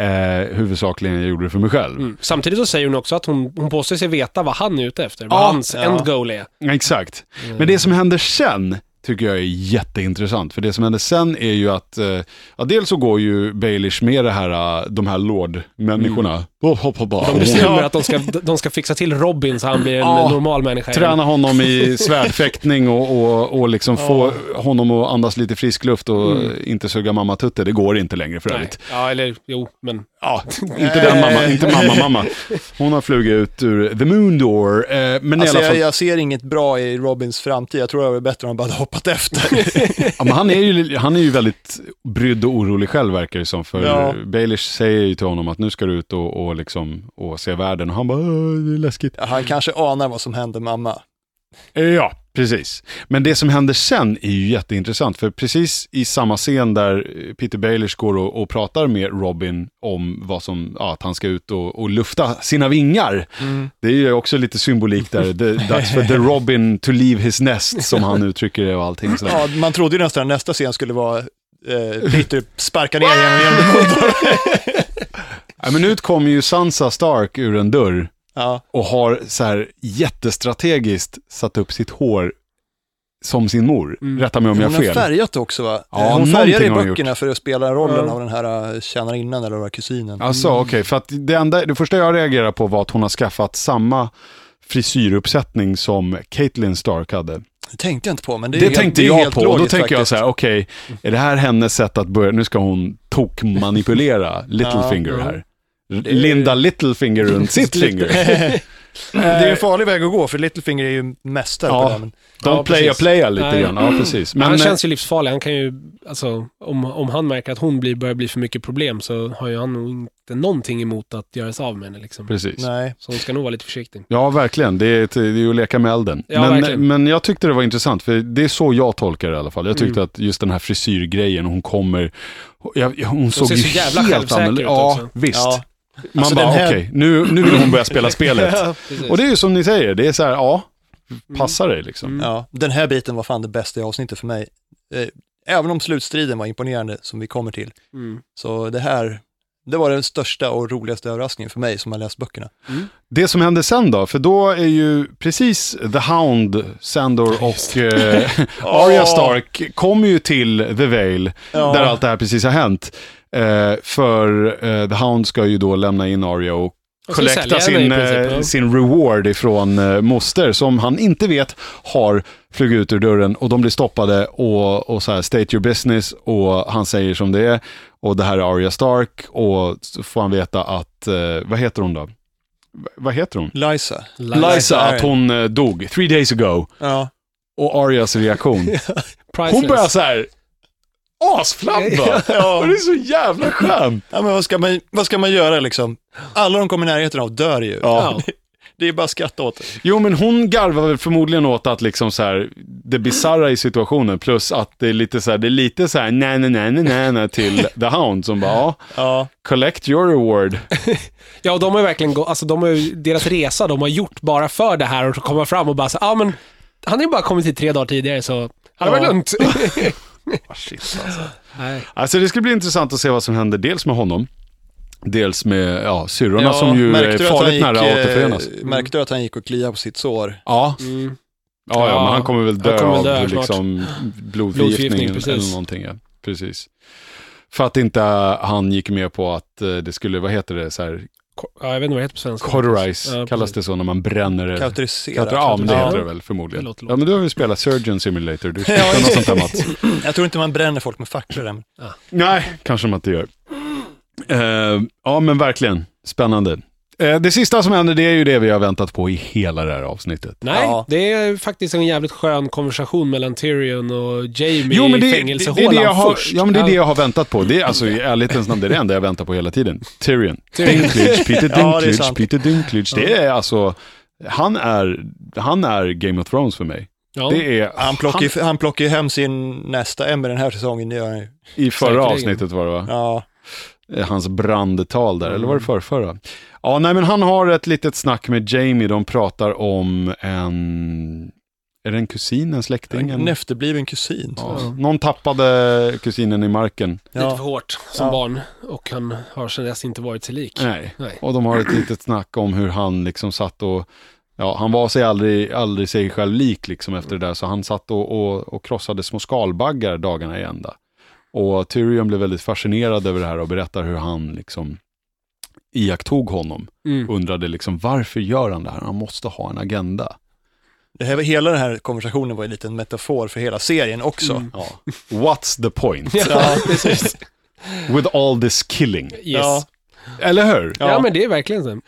Speaker 1: eh, huvudsakligen jag gjorde det för mig själv.
Speaker 3: Mm. Samtidigt så säger hon också att hon, hon påstår sig veta vad han är ute efter, vad
Speaker 1: Ja.
Speaker 3: hans
Speaker 2: Ja.
Speaker 3: end goal är.
Speaker 1: Ja, Exakt. Men det som händer sen tycker jag är jätteintressant. För det som händer sen är ju att, eh, ja, dels så går ju Baelish med det här, eh, de här Lord-människorna. Hopp, hopp, hopp, hopp.
Speaker 3: De bestämmer
Speaker 1: Ja.
Speaker 3: att de ska, de ska fixa till Robin så han blir en
Speaker 1: Ja.
Speaker 3: normal människa.
Speaker 1: Träna honom i svärdfäktning och, och, och liksom få honom att andas lite frisk luft och
Speaker 2: Mm.
Speaker 1: eh, inte suga mammatutte. Det går inte längre för
Speaker 3: Nej.
Speaker 1: övrigt.
Speaker 3: Ja, eller jo, men...
Speaker 1: Ja, inte den mamma, inte mamma, mamma. Hon har flugit ut ur the moon door. eh, Men
Speaker 2: Alltså,
Speaker 1: i alla
Speaker 2: jag,
Speaker 1: fall,
Speaker 2: jag ser inget bra i Robins framtid, jag tror det var bättre om han bara hade hoppat efter.
Speaker 1: Ja, men han, är ju, han är ju väldigt brydd och orolig själv verkar det som. För
Speaker 2: Ja.
Speaker 1: Baelish säger ju till honom att nu ska du ut och, och, liksom, och se världen. Och han bara, "Åh, det är läskigt.
Speaker 2: Ja, han kanske anar vad som hände mamma.
Speaker 1: Ja, precis. Men det som händer sen är ju jätteintressant. För precis i samma scen där eh, Peter Baelish går och, och pratar med Robin om vad som, ja, att han ska ut och, och lufta sina vingar.
Speaker 2: Mm.
Speaker 1: Det är ju också lite symbolik där. Det är dags för the Robin to leave his nest, som han uttrycker det och allting sådär.
Speaker 2: Ja, man trodde ju nästan nästa scen skulle vara eh, Peter sparkar ner genom genom
Speaker 1: Ja, men ut kommer ju Sansa Stark ur en dörr.
Speaker 2: Ja,
Speaker 1: och har så här jättestrategiskt satt upp sitt hår som sin mor.
Speaker 2: Mm.
Speaker 1: Rätta mig om jag
Speaker 2: Hon
Speaker 1: har
Speaker 2: har
Speaker 1: fel.
Speaker 2: färgat också va?
Speaker 1: Ja,
Speaker 2: hon färgar
Speaker 1: någonting
Speaker 2: i
Speaker 1: har hon
Speaker 2: böckerna för att spela rollen
Speaker 3: Ja.
Speaker 2: av den här eh, tjänarinnan eller vad det var, kusinen.
Speaker 1: Alltså okej, för att det, enda, det första jag reagerade på var att hon har skaffat samma frisyruppsättning som Caitlyn Stark hade.
Speaker 2: Det tänkte jag inte på, men det
Speaker 1: Det,
Speaker 2: är helt-
Speaker 1: tänkte
Speaker 2: det är
Speaker 1: jag
Speaker 2: helt
Speaker 1: på och då
Speaker 2: logiskt
Speaker 1: tänker jag
Speaker 2: faktiskt.
Speaker 1: så här, okej, är det här hennes sätt att börja, nu ska hon tokmanipulera Littlefinger här. Linda Littlefinger runt sitt finger.
Speaker 2: Det är en farlig väg att gå, för Littlefinger är ju mästare
Speaker 1: Ja.
Speaker 2: på det. Men...
Speaker 1: De
Speaker 3: Ja,
Speaker 1: playa
Speaker 3: precis.
Speaker 1: playa lite
Speaker 3: Nej.
Speaker 1: grann, ja precis. Men, eh,
Speaker 3: han känns ju livsfarlig. Han kan ju, alltså, om, om han märker att hon blir, börjar bli för mycket problem så har ju han nog inte någonting emot att göra sig av med henne. Liksom.
Speaker 1: eh, precis.
Speaker 2: Nej.
Speaker 3: Så hon ska nog vara lite försiktig.
Speaker 1: Ja, verkligen. Det är, ett, det är ju att leka med elden.
Speaker 3: Ja,
Speaker 1: men,
Speaker 3: verkligen.
Speaker 1: men jag tyckte det var intressant, för det är så jag tolkar det i alla fall. Jag
Speaker 3: Mm.
Speaker 1: tyckte att just den här frisyrgrejen, hon kommer... Jag, jag- hon såg
Speaker 3: ser
Speaker 1: ju
Speaker 3: så jävla
Speaker 1: helt
Speaker 3: självsäker
Speaker 1: annorlunda
Speaker 3: ut
Speaker 1: Ja,
Speaker 3: också.
Speaker 1: visst.
Speaker 2: Ja.
Speaker 1: Man
Speaker 2: Alltså,
Speaker 1: bara,
Speaker 2: den här-
Speaker 1: okej, nu, nu vill hon börja spela spelet.
Speaker 3: Precis.
Speaker 1: Och det är ju som ni säger, det är så här, ja,
Speaker 3: Mm.
Speaker 1: passa dig liksom.
Speaker 2: Ja, den här biten var fan det bästa i avsnittet för mig. Eh, Även om slutstriden var imponerande, som vi kommer till,
Speaker 3: Mm.
Speaker 2: så det här, det var den största och roligaste överraskningen för mig som har läst böckerna.
Speaker 1: Det som hände sen då, för då är ju precis The Hound, Sandor och eh, Arya Stark kommer ju till The Vale,
Speaker 2: Ja.
Speaker 1: där allt det här precis har hänt. Eh, för eh, The Hound ska ju då lämna in Arya och
Speaker 3: Och så säljer
Speaker 1: Collecta
Speaker 3: jag den
Speaker 1: sin,
Speaker 3: i princip,
Speaker 1: eh,
Speaker 3: ja.
Speaker 1: sin reward ifrån eh, moster som han inte vet har flugit ut ur dörren och de blir stoppade och, och så här state your business och han säger som det är och det här är Arya Stark och så får han veta att, eh, vad heter hon då? V- vad heter hon?
Speaker 2: Liza.
Speaker 3: Liza.
Speaker 1: Liza, att hon eh, dog, three days ago.
Speaker 2: Ja.
Speaker 1: Och Arias reaktion. Hon
Speaker 3: Priceless.
Speaker 1: börjar så här asflabba.
Speaker 2: Ja.
Speaker 1: Och det är så jävla skönt.
Speaker 2: ja, men vad ska, man, vad ska man göra liksom? Alla de kommer i närheten av dör ju.
Speaker 3: Ja.
Speaker 2: Det är bara att skratta åt det.
Speaker 1: Jo, men hon garvar väl förmodligen åt att liksom så här, det bisarra i situationen, plus att det är lite så här, det är lite så här, nej, nej, nej, nej, nej, nej, till The Hound som bara, ja,
Speaker 2: Ja.
Speaker 1: collect your reward.
Speaker 3: Ja, och de har ju verkligen gå, alltså de har ju, deras resa de har gjort bara för det här och så komma fram och bara så, ja ah, men, han är ju bara kommit hit tre dagar tidigare så, han var
Speaker 1: Ja.
Speaker 3: lugnt.
Speaker 1: Ah, shit, alltså.
Speaker 3: Nej.
Speaker 1: alltså det ska bli intressant att se vad som händer, dels med honom, dels med ja, syrrorna
Speaker 2: Ja,
Speaker 1: som ju är
Speaker 2: märkte du att han
Speaker 1: farligt
Speaker 2: gick,
Speaker 1: nära att
Speaker 2: eh,
Speaker 1: återförenas.
Speaker 2: Märkte du att han gick och kliade på sitt sår?
Speaker 1: Ja.
Speaker 3: Mm.
Speaker 1: Ja, ja,
Speaker 3: Ja,
Speaker 1: men han kommer väl
Speaker 3: han
Speaker 1: dö
Speaker 3: kommer väl
Speaker 1: av
Speaker 3: dö snart.
Speaker 1: liksom, blodförgiftning
Speaker 3: Blodförgiftning,
Speaker 1: eller-
Speaker 3: precis.
Speaker 1: eller någonting. Ja. Precis. För att inte eh, han gick med på att eh, det skulle, vad heter det, så här,
Speaker 3: Ko- Ja, jag vet inte vad det heter på svenska.
Speaker 1: cauterize,
Speaker 3: Ja, precis.
Speaker 1: kallas det så när man bränner det?
Speaker 2: Kauteriserad.
Speaker 1: Kauter- ja, men det
Speaker 3: Ja.
Speaker 1: heter det väl förmodligen.
Speaker 3: Det låter-
Speaker 1: Ja, men du har ju spelat Surgeon Simulator, du
Speaker 2: Ja,
Speaker 1: skulle kunna sånt där Mats.
Speaker 2: Jag tror inte man bränner folk med facklor än.
Speaker 1: Nej, kanske man inte gör. Eh, ja, men verkligen spännande. Eh, det sista som händer, det är ju det vi har väntat på i hela det här avsnittet.
Speaker 3: Nej,
Speaker 2: Ja.
Speaker 3: det är faktiskt en jävligt skön konversation mellan Tyrion och Jamie
Speaker 1: Jo, men det,
Speaker 3: i
Speaker 1: det, det, är
Speaker 3: fängelsehålan
Speaker 1: det jag har,
Speaker 3: först.
Speaker 1: ja, men det är det jag har väntat på. Det är alltså i ärlighetens namn det, är det enda jag väntar på hela tiden. Tyrion.
Speaker 3: Tyrion.
Speaker 1: Dinklage, Peter
Speaker 2: Ja, det är
Speaker 1: Dinklage,
Speaker 2: sant.
Speaker 1: Peter Dinklage. Det är alltså, han är, han är Game of Thrones för mig.
Speaker 3: Ja.
Speaker 1: Det är,
Speaker 2: Han plockar ju han plockar ju hem sin nästa Emmy den här säsongen. det Gör han ju.
Speaker 1: i förra
Speaker 3: Säkerligen.
Speaker 1: avsnittet var det va?
Speaker 2: Ja.
Speaker 1: hans brandtal där, eller var det förrförra? Ja, nej men han har ett litet snack med Jamie, de pratar om en, är det en kusin, en släkting?
Speaker 2: En
Speaker 1: En,
Speaker 2: efterbliven kusin.
Speaker 1: ja. Någon tappade kusinen i marken.
Speaker 3: Lite
Speaker 2: Ja.
Speaker 3: för hårt som
Speaker 2: Ja.
Speaker 3: barn och han har sedan dess inte varit sig lik.
Speaker 1: Nej.
Speaker 3: Nej.
Speaker 1: Och de har ett litet snack om hur han liksom satt och, ja han var sig aldrig, aldrig sig själv lik liksom efter det där, så han satt och, och, och krossade små skalbaggar dagarna i ända. Och Tyrion blev väldigt fascinerad över det här och berättar hur han liksom iakttog honom.
Speaker 3: Mm.
Speaker 1: undrade liksom varför gör han det här? Han måste ha en agenda.
Speaker 2: Det här, hela den här konversationen var ju en liten metafor för hela serien också.
Speaker 3: Mm.
Speaker 1: Ja. What's the point
Speaker 3: Ja,
Speaker 2: Ja.
Speaker 3: precis.
Speaker 1: with all this killing?
Speaker 3: Yes. Ja.
Speaker 2: Ja.
Speaker 1: Eller hur?
Speaker 2: Ja.
Speaker 3: men det är verkligen så.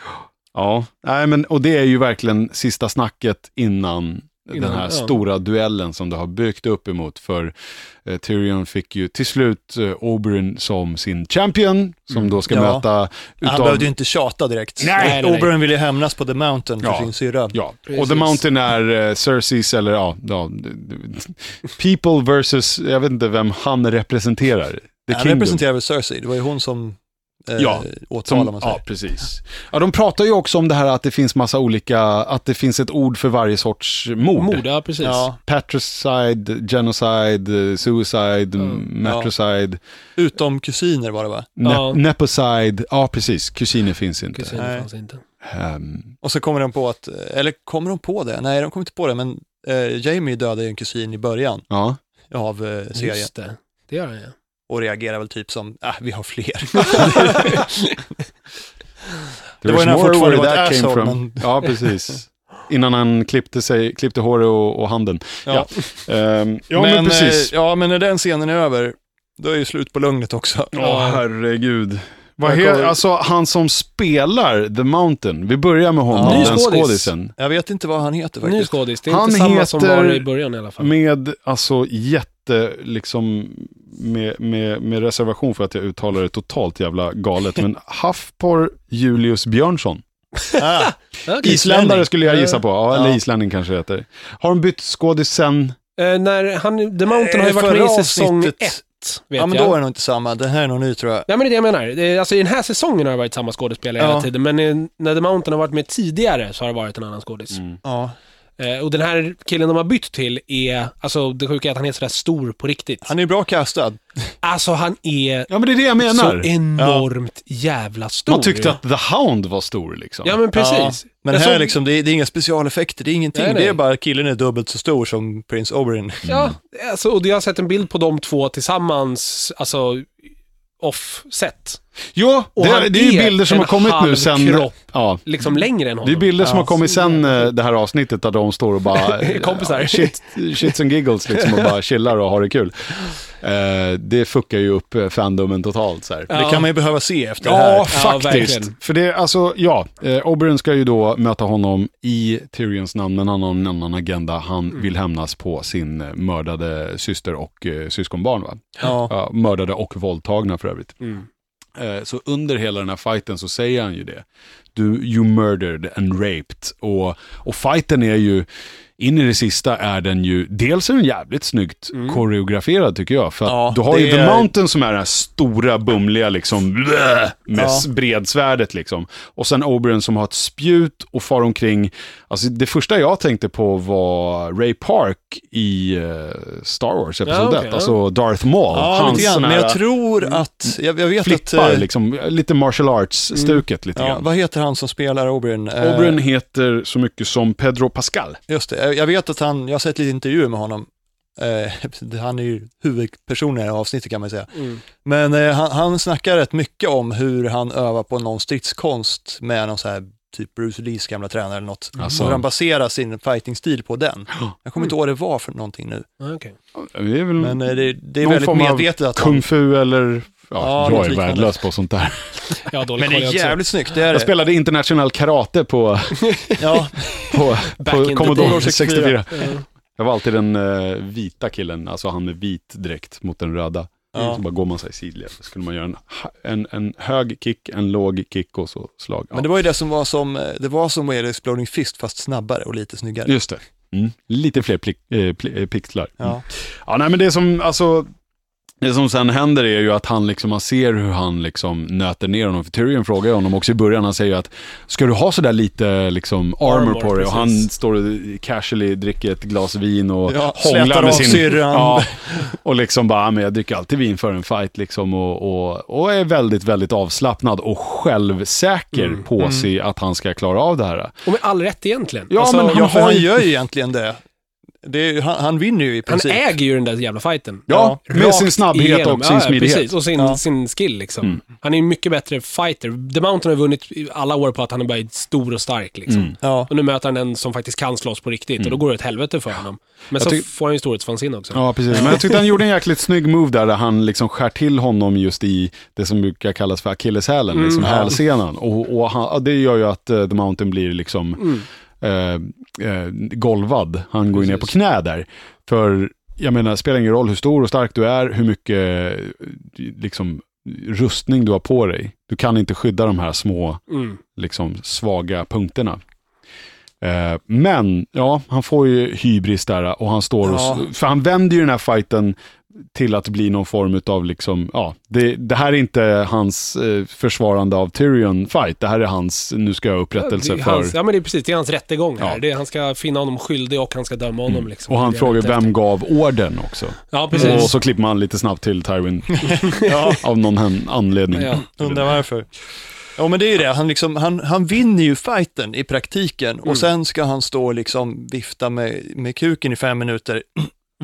Speaker 1: Ja, nej men och det är ju verkligen sista snacket innan, den
Speaker 3: Innan,
Speaker 1: här
Speaker 3: ja.
Speaker 1: stora duellen som det har byggt upp emot. För eh, Tyrion fick ju till slut eh, Oberyn som sin champion, som då ska
Speaker 2: Mm. Ja.
Speaker 1: möta
Speaker 2: Han
Speaker 1: utav...
Speaker 2: behövde ju inte tjata direkt.
Speaker 1: Nej,
Speaker 3: nej, nej.
Speaker 2: Oberon ville ju hämnas på The Mountain för
Speaker 1: Ja.
Speaker 2: sin syrra.
Speaker 1: Ja, och
Speaker 3: Precis.
Speaker 1: The Mountain är eh, Cerseis eller ja, ja, d- d- People versus, jag vet inte vem han representerar. The
Speaker 2: han
Speaker 1: Kingdom.
Speaker 2: representerar väl Cersei, det var ju hon som eh,
Speaker 1: Ja,
Speaker 2: åtalade, om
Speaker 1: Som,
Speaker 2: man
Speaker 1: ja,
Speaker 2: säger.
Speaker 1: precis. Ja, de pratar ju också om det här att det finns massa olika, att det finns ett ord för varje sorts mord.
Speaker 3: Mord, ja precis.
Speaker 2: Ja.
Speaker 1: Patricide, genocide, eh, suicide, mm,
Speaker 2: ja.
Speaker 1: matricide,
Speaker 2: Utom kusiner var det va?
Speaker 1: ne-
Speaker 3: Ja.
Speaker 1: nepocide, ja precis, kusiner finns inte.
Speaker 3: Kusin, det
Speaker 2: Nej.
Speaker 3: fanns inte.
Speaker 1: Ehm,
Speaker 2: Och så kommer de på att, eller kommer de på det? Nej, de kommer inte på det, men eh, Jamie dödade ju en kusin i början
Speaker 1: ja.
Speaker 2: av eh, serien
Speaker 3: Just det. Det gör han ja.
Speaker 2: och reagerar väl typ som, ah, vi har fler.
Speaker 1: There
Speaker 2: var
Speaker 1: was
Speaker 2: ju när han
Speaker 1: more
Speaker 2: fortfarande
Speaker 1: where
Speaker 2: var
Speaker 1: that
Speaker 2: ett
Speaker 1: came
Speaker 2: asshole,
Speaker 1: from.
Speaker 2: men-
Speaker 1: Ja, precis. Innan han klippte, sig, klippte håret och, och handen. Ja, Ehm, ja men, precis.
Speaker 2: eh, ja, men när den scenen är över, då är ju slut på lugnet också.
Speaker 1: Ja, herregud. Vad
Speaker 2: Jag
Speaker 1: he-
Speaker 2: kommer-
Speaker 1: Alltså han som spelar The Mountain, vi börjar med honom,
Speaker 2: Ja. Ny
Speaker 1: den
Speaker 3: skådis.
Speaker 1: skådisen.
Speaker 2: Jag vet inte vad han heter
Speaker 3: Ny
Speaker 2: faktiskt.
Speaker 3: skådis, det är
Speaker 1: Han
Speaker 3: inte samma som
Speaker 1: heter-
Speaker 3: var i början i alla fall.
Speaker 1: Med, alltså jätte, liksom, med, med, med reservation för att jag uttalar det totalt jävla galet, men Hafpor Julius Björnsson.
Speaker 2: Ah,
Speaker 3: Okej.
Speaker 1: Isländare skulle jag gissa på, Eh, ja, eller
Speaker 2: Ja.
Speaker 1: islänning kanske det heter. Har de bytt skådis sen?
Speaker 3: Eh, när han, The Mountain har ju
Speaker 2: Eh,
Speaker 3: varit med
Speaker 2: förra
Speaker 3: i säsong
Speaker 2: avsnittet.
Speaker 3: ett, vet
Speaker 2: ja, men
Speaker 3: jag.
Speaker 2: då är det nog inte samma. Den här är nog ny tror jag.
Speaker 3: Nej men det är det jag menar. Det är- Alltså i den här säsongen har det varit samma skådespelare
Speaker 2: Ja.
Speaker 3: hela tiden, men eh, när The Mountain har varit med tidigare så har det varit en annan skådis.
Speaker 2: Ja.
Speaker 3: Eh, och den här killen de har bytt till är, alltså det sjuka är att han är sådär stor på riktigt.
Speaker 2: Han är ju bra kastad.
Speaker 3: alltså han är
Speaker 1: Ja men det är det jag
Speaker 3: så
Speaker 1: menar.
Speaker 3: enormt jävla stor.
Speaker 1: Man tyckte att The Hound var stor liksom.
Speaker 3: Ja men precis.
Speaker 2: Ja, men
Speaker 3: Jag
Speaker 2: här
Speaker 3: såg-
Speaker 2: liksom, det är, det är inga specialeffekter, det är ingenting.
Speaker 3: Nej, nej.
Speaker 2: Det är bara killen är dubbelt så stor som Prince Oberyn.
Speaker 3: Ja, alltså, och jag har sett en bild på de två tillsammans, alltså off-set.
Speaker 1: Jo,
Speaker 3: Och
Speaker 1: det,
Speaker 3: han
Speaker 1: det är ju
Speaker 3: är
Speaker 1: bilder som
Speaker 3: en
Speaker 1: har kommit nu
Speaker 3: halv
Speaker 1: sen...
Speaker 3: kropp.
Speaker 1: Ja.
Speaker 3: Liksom längre än honom.
Speaker 1: Mm. Det är bilder som
Speaker 2: Ja,
Speaker 1: har kommit sen eh, det här avsnittet där de står och bara... eh,
Speaker 3: Kompisar.
Speaker 1: ja, Shit, shits and giggles liksom och bara chillar och har det kul. Eh, det fuckar ju upp eh, fandomen totalt så här.
Speaker 2: Det kan man ju behöva se efter det
Speaker 1: Ja,
Speaker 2: här.
Speaker 1: faktiskt.
Speaker 3: verkligen.
Speaker 1: För det är alltså, ja, eh, Oberyn ska ju då möta honom i Tyrions namn, men han har en annan agenda. Han
Speaker 3: Mm.
Speaker 1: vill hämnas på sin eh, mördade syster och eh, syskonbarn, va?
Speaker 2: Ja.
Speaker 1: Ja, mördade och våldtagna för övrigt.
Speaker 3: Mm.
Speaker 1: Eh, Så under hela den här fighten så säger han ju det. Du, you murdered and raped. Och, och fighten är ju, in i det sista är den ju, dels är den jävligt snyggt koreograferad tycker jag. För att
Speaker 2: Ja,
Speaker 1: du har ju
Speaker 2: det
Speaker 1: The
Speaker 2: är-
Speaker 1: Mountain som är det här stora bumliga liksom, bleh, med
Speaker 2: Ja.
Speaker 1: s- bredsvärdet liksom. Och sen Oberon som har ett spjut och far omkring. Alltså det första jag tänkte på var Ray Park i eh, Star Wars Episod
Speaker 3: Ja, okej,
Speaker 1: 1,
Speaker 3: ja.
Speaker 1: alltså Darth Maul.
Speaker 2: Ja, lite grann.
Speaker 1: sån
Speaker 2: Men
Speaker 1: här-
Speaker 2: jag tror att, jag, jag vet att...
Speaker 1: flippar
Speaker 2: eh,
Speaker 1: liksom, lite martial arts-stuket lite
Speaker 2: Mm. Ja,
Speaker 1: grann.
Speaker 2: vad heter han som spelar Oberyn? Eh,
Speaker 1: Oberyn heter så mycket som Pedro Pascal.
Speaker 2: Just det, jag- jag vet att han, jag har sett lite intervjuer med honom. Eh, han är ju huvudpersonen i det här avsnittet kan man säga.
Speaker 3: Mm.
Speaker 2: Men eh, han, han snackar rätt mycket om hur han övar på någon stridskonst med någon så här typ Bruce Lees gamla tränare eller något.
Speaker 1: Alltså.
Speaker 2: Och han baserar sin fightingstil på den.
Speaker 1: Ja.
Speaker 2: Jag kommer inte ihåg vad det var för någonting nu.
Speaker 3: Ja, okej.
Speaker 1: Det är väl
Speaker 2: Men eh, det, det är
Speaker 1: någon
Speaker 2: väldigt
Speaker 1: form av
Speaker 2: medvetet att han,
Speaker 1: kung fu eller... Ja,
Speaker 2: Ja,
Speaker 1: jag
Speaker 2: något
Speaker 1: är
Speaker 2: liknande.
Speaker 1: värdelös på sånt där.
Speaker 3: Jag har dålig
Speaker 2: Men det
Speaker 3: koll, jag
Speaker 2: är
Speaker 3: också.
Speaker 2: jävligt snyggt, det är
Speaker 1: Jag
Speaker 2: det.
Speaker 1: spelade international karate på,
Speaker 2: Ja,
Speaker 1: på,
Speaker 3: Back in
Speaker 1: på
Speaker 3: the
Speaker 1: Commodore
Speaker 3: day.
Speaker 1: 64.
Speaker 3: Ja.
Speaker 1: Jag var alltid den eh, vita killen, alltså han med vit dräkt mot den röda.
Speaker 2: ja.
Speaker 1: Så bara går man sig sidled, så skulle man göra en, en, en hög kick, en låg kick och så slag. Ja.
Speaker 2: Men det var ju det som var som, eh, det var som med Exploding Fist fast snabbare och lite snyggare.
Speaker 1: Just det. Mm. Lite fler plik, eh, pli- eh, pixlar. Mm.
Speaker 2: Ja.
Speaker 1: Ja, nej men det som, alltså, det som sen händer är ju att han liksom, man ser hur han liksom nöter ner honom. För Tyrion frågar ju honom också i början, han säger ju att ska du ha sådär lite liksom armor,
Speaker 3: Armor,
Speaker 1: på dig? Och
Speaker 3: precis.
Speaker 1: han står och casually dricker ett glas vin och
Speaker 2: Ja,
Speaker 1: hånglar
Speaker 2: slätar
Speaker 1: med
Speaker 2: av
Speaker 1: sin...
Speaker 2: syrran.
Speaker 1: Ja, och liksom bara, "Ja, men jag dricker alltid vin för en fight liksom och, och, och är väldigt, väldigt avslappnad och självsäker på sig att han ska klara av det här.
Speaker 3: Och med all rätt egentligen.
Speaker 1: Ja,
Speaker 3: Alltså,
Speaker 1: men
Speaker 2: Ja, för
Speaker 1: har
Speaker 2: han
Speaker 1: ju-
Speaker 2: gör ju egentligen det. det är, ju- han, han vinner ju i
Speaker 3: han
Speaker 2: princip.
Speaker 3: äger ju den där jävla fighten.
Speaker 1: Ja, med
Speaker 3: Rakt
Speaker 1: sin snabbhet
Speaker 3: igenom.
Speaker 1: och sin
Speaker 3: Ja, ja,
Speaker 1: smidighet. Mm.
Speaker 3: Precis, och sin,
Speaker 2: Ja.
Speaker 3: sin skill liksom. Han är en mycket bättre fighter. The Mountain har vunnit i alla år på att han är bara stor och stark liksom.
Speaker 1: Mm.
Speaker 2: Ja.
Speaker 3: Och nu möter han en som faktiskt kan slåss på riktigt och då går det åt helvete för honom. Men så
Speaker 1: tyck-
Speaker 3: får han ju storhetsvansinne också.
Speaker 1: Ja, precis. Men jag tyckte han gjorde en jäkligt snygg move där, där han liksom skär till honom just i det som brukar kallas för akilleshälen, liksom hälsenan. Och, och han, ja, det gör ju att eh, The Mountain blir liksom eh, eh, golvad. Han går ju ner på knä där. För jag menar, det spelar ingen roll hur stor och stark du är, hur mycket eh, liksom, rustning du har på dig. Du kan inte skydda de här små
Speaker 3: Mm.
Speaker 1: liksom, svaga punkterna. Eh, Men, ja, han får ju hybris där och han står
Speaker 2: Ja.
Speaker 1: och... För han vänder ju den här fighten till att bli någon form av liksom, ja, det, det här är inte hans eh, försvarande av Tyrion-fight, det här är hans, nu ska jag ha
Speaker 3: Det
Speaker 1: upprättelse
Speaker 3: är
Speaker 1: för...
Speaker 3: hans, ja, men det är precis. Det är hans rättegång här.
Speaker 1: Ja.
Speaker 3: Det är, han ska finna honom skyldig och han ska döma honom. Liksom.
Speaker 1: Mm. Och han
Speaker 3: Det är det
Speaker 1: frågar
Speaker 3: ute efter.
Speaker 1: vem gav orden också.
Speaker 3: Ja, precis.
Speaker 1: Och så klipper man lite snabbt till Tywin
Speaker 2: Ja,
Speaker 1: av någon hän- anledning.
Speaker 3: Ja.
Speaker 2: undrar varför. Ja, men det är ju det. Han, liksom, han, han vinner ju fighten i praktiken
Speaker 3: Mm.
Speaker 2: och sen ska han stå och liksom vifta med, med kuken i fem minuter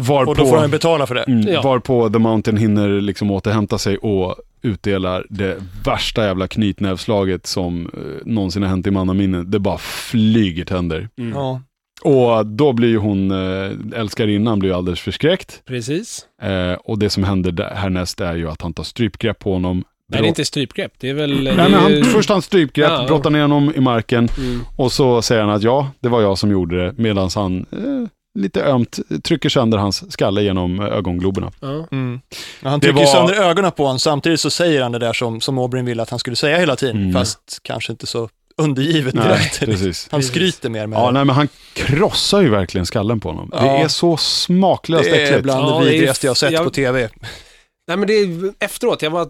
Speaker 1: Varpå...
Speaker 2: och då får han betala för det.
Speaker 1: Mm,
Speaker 3: Ja.
Speaker 1: Varpå The Mountain hinner liksom återhämta sig och utdelar det värsta jävla knytnävslaget som eh, någonsin har hänt i mannaminne. Det bara flyger tänder.
Speaker 3: Mm.
Speaker 2: Ja.
Speaker 1: Och då blir ju hon, eh, älskarinnan blir ju alldeles förskräckt.
Speaker 3: Precis.
Speaker 1: Eh, och det som händer där- härnäst är ju att han tar strypgrepp på honom.
Speaker 3: Nej, det är inte strypgrepp. Det är väl... det är
Speaker 1: Nej, men han,
Speaker 3: ju-
Speaker 1: först han strypgrepp,
Speaker 3: Ja, ja.
Speaker 1: brottar ner honom i marken
Speaker 3: Mm.
Speaker 1: och så säger han att ja, det var jag som gjorde det. Medan han eh, lite ömt trycker sönder hans skalle genom eh, ögongloberna.
Speaker 3: Ja.
Speaker 2: Mm. Ja, Han
Speaker 1: Det
Speaker 2: trycker ju
Speaker 1: var-
Speaker 2: sönder ögonen på honom, samtidigt så säger han det där som, som Oberyn ville att han skulle säga hela tiden,
Speaker 1: Mm.
Speaker 2: fast kanske inte så undergivet
Speaker 1: Nej,
Speaker 2: direkt.
Speaker 1: precis.
Speaker 2: han
Speaker 3: Precis.
Speaker 2: skryter mer med
Speaker 1: Ja,
Speaker 2: det.
Speaker 1: nej, men han krossar ju verkligen skallen på honom. Det
Speaker 2: Ja.
Speaker 1: är så smaklöst
Speaker 2: Det är
Speaker 1: äckligt.
Speaker 2: bland
Speaker 3: Ja,
Speaker 2: det
Speaker 3: det är-
Speaker 2: vidrigaste jag har sett
Speaker 3: jag-
Speaker 2: på tv.
Speaker 3: Nej, men det är efteråt. Jag var...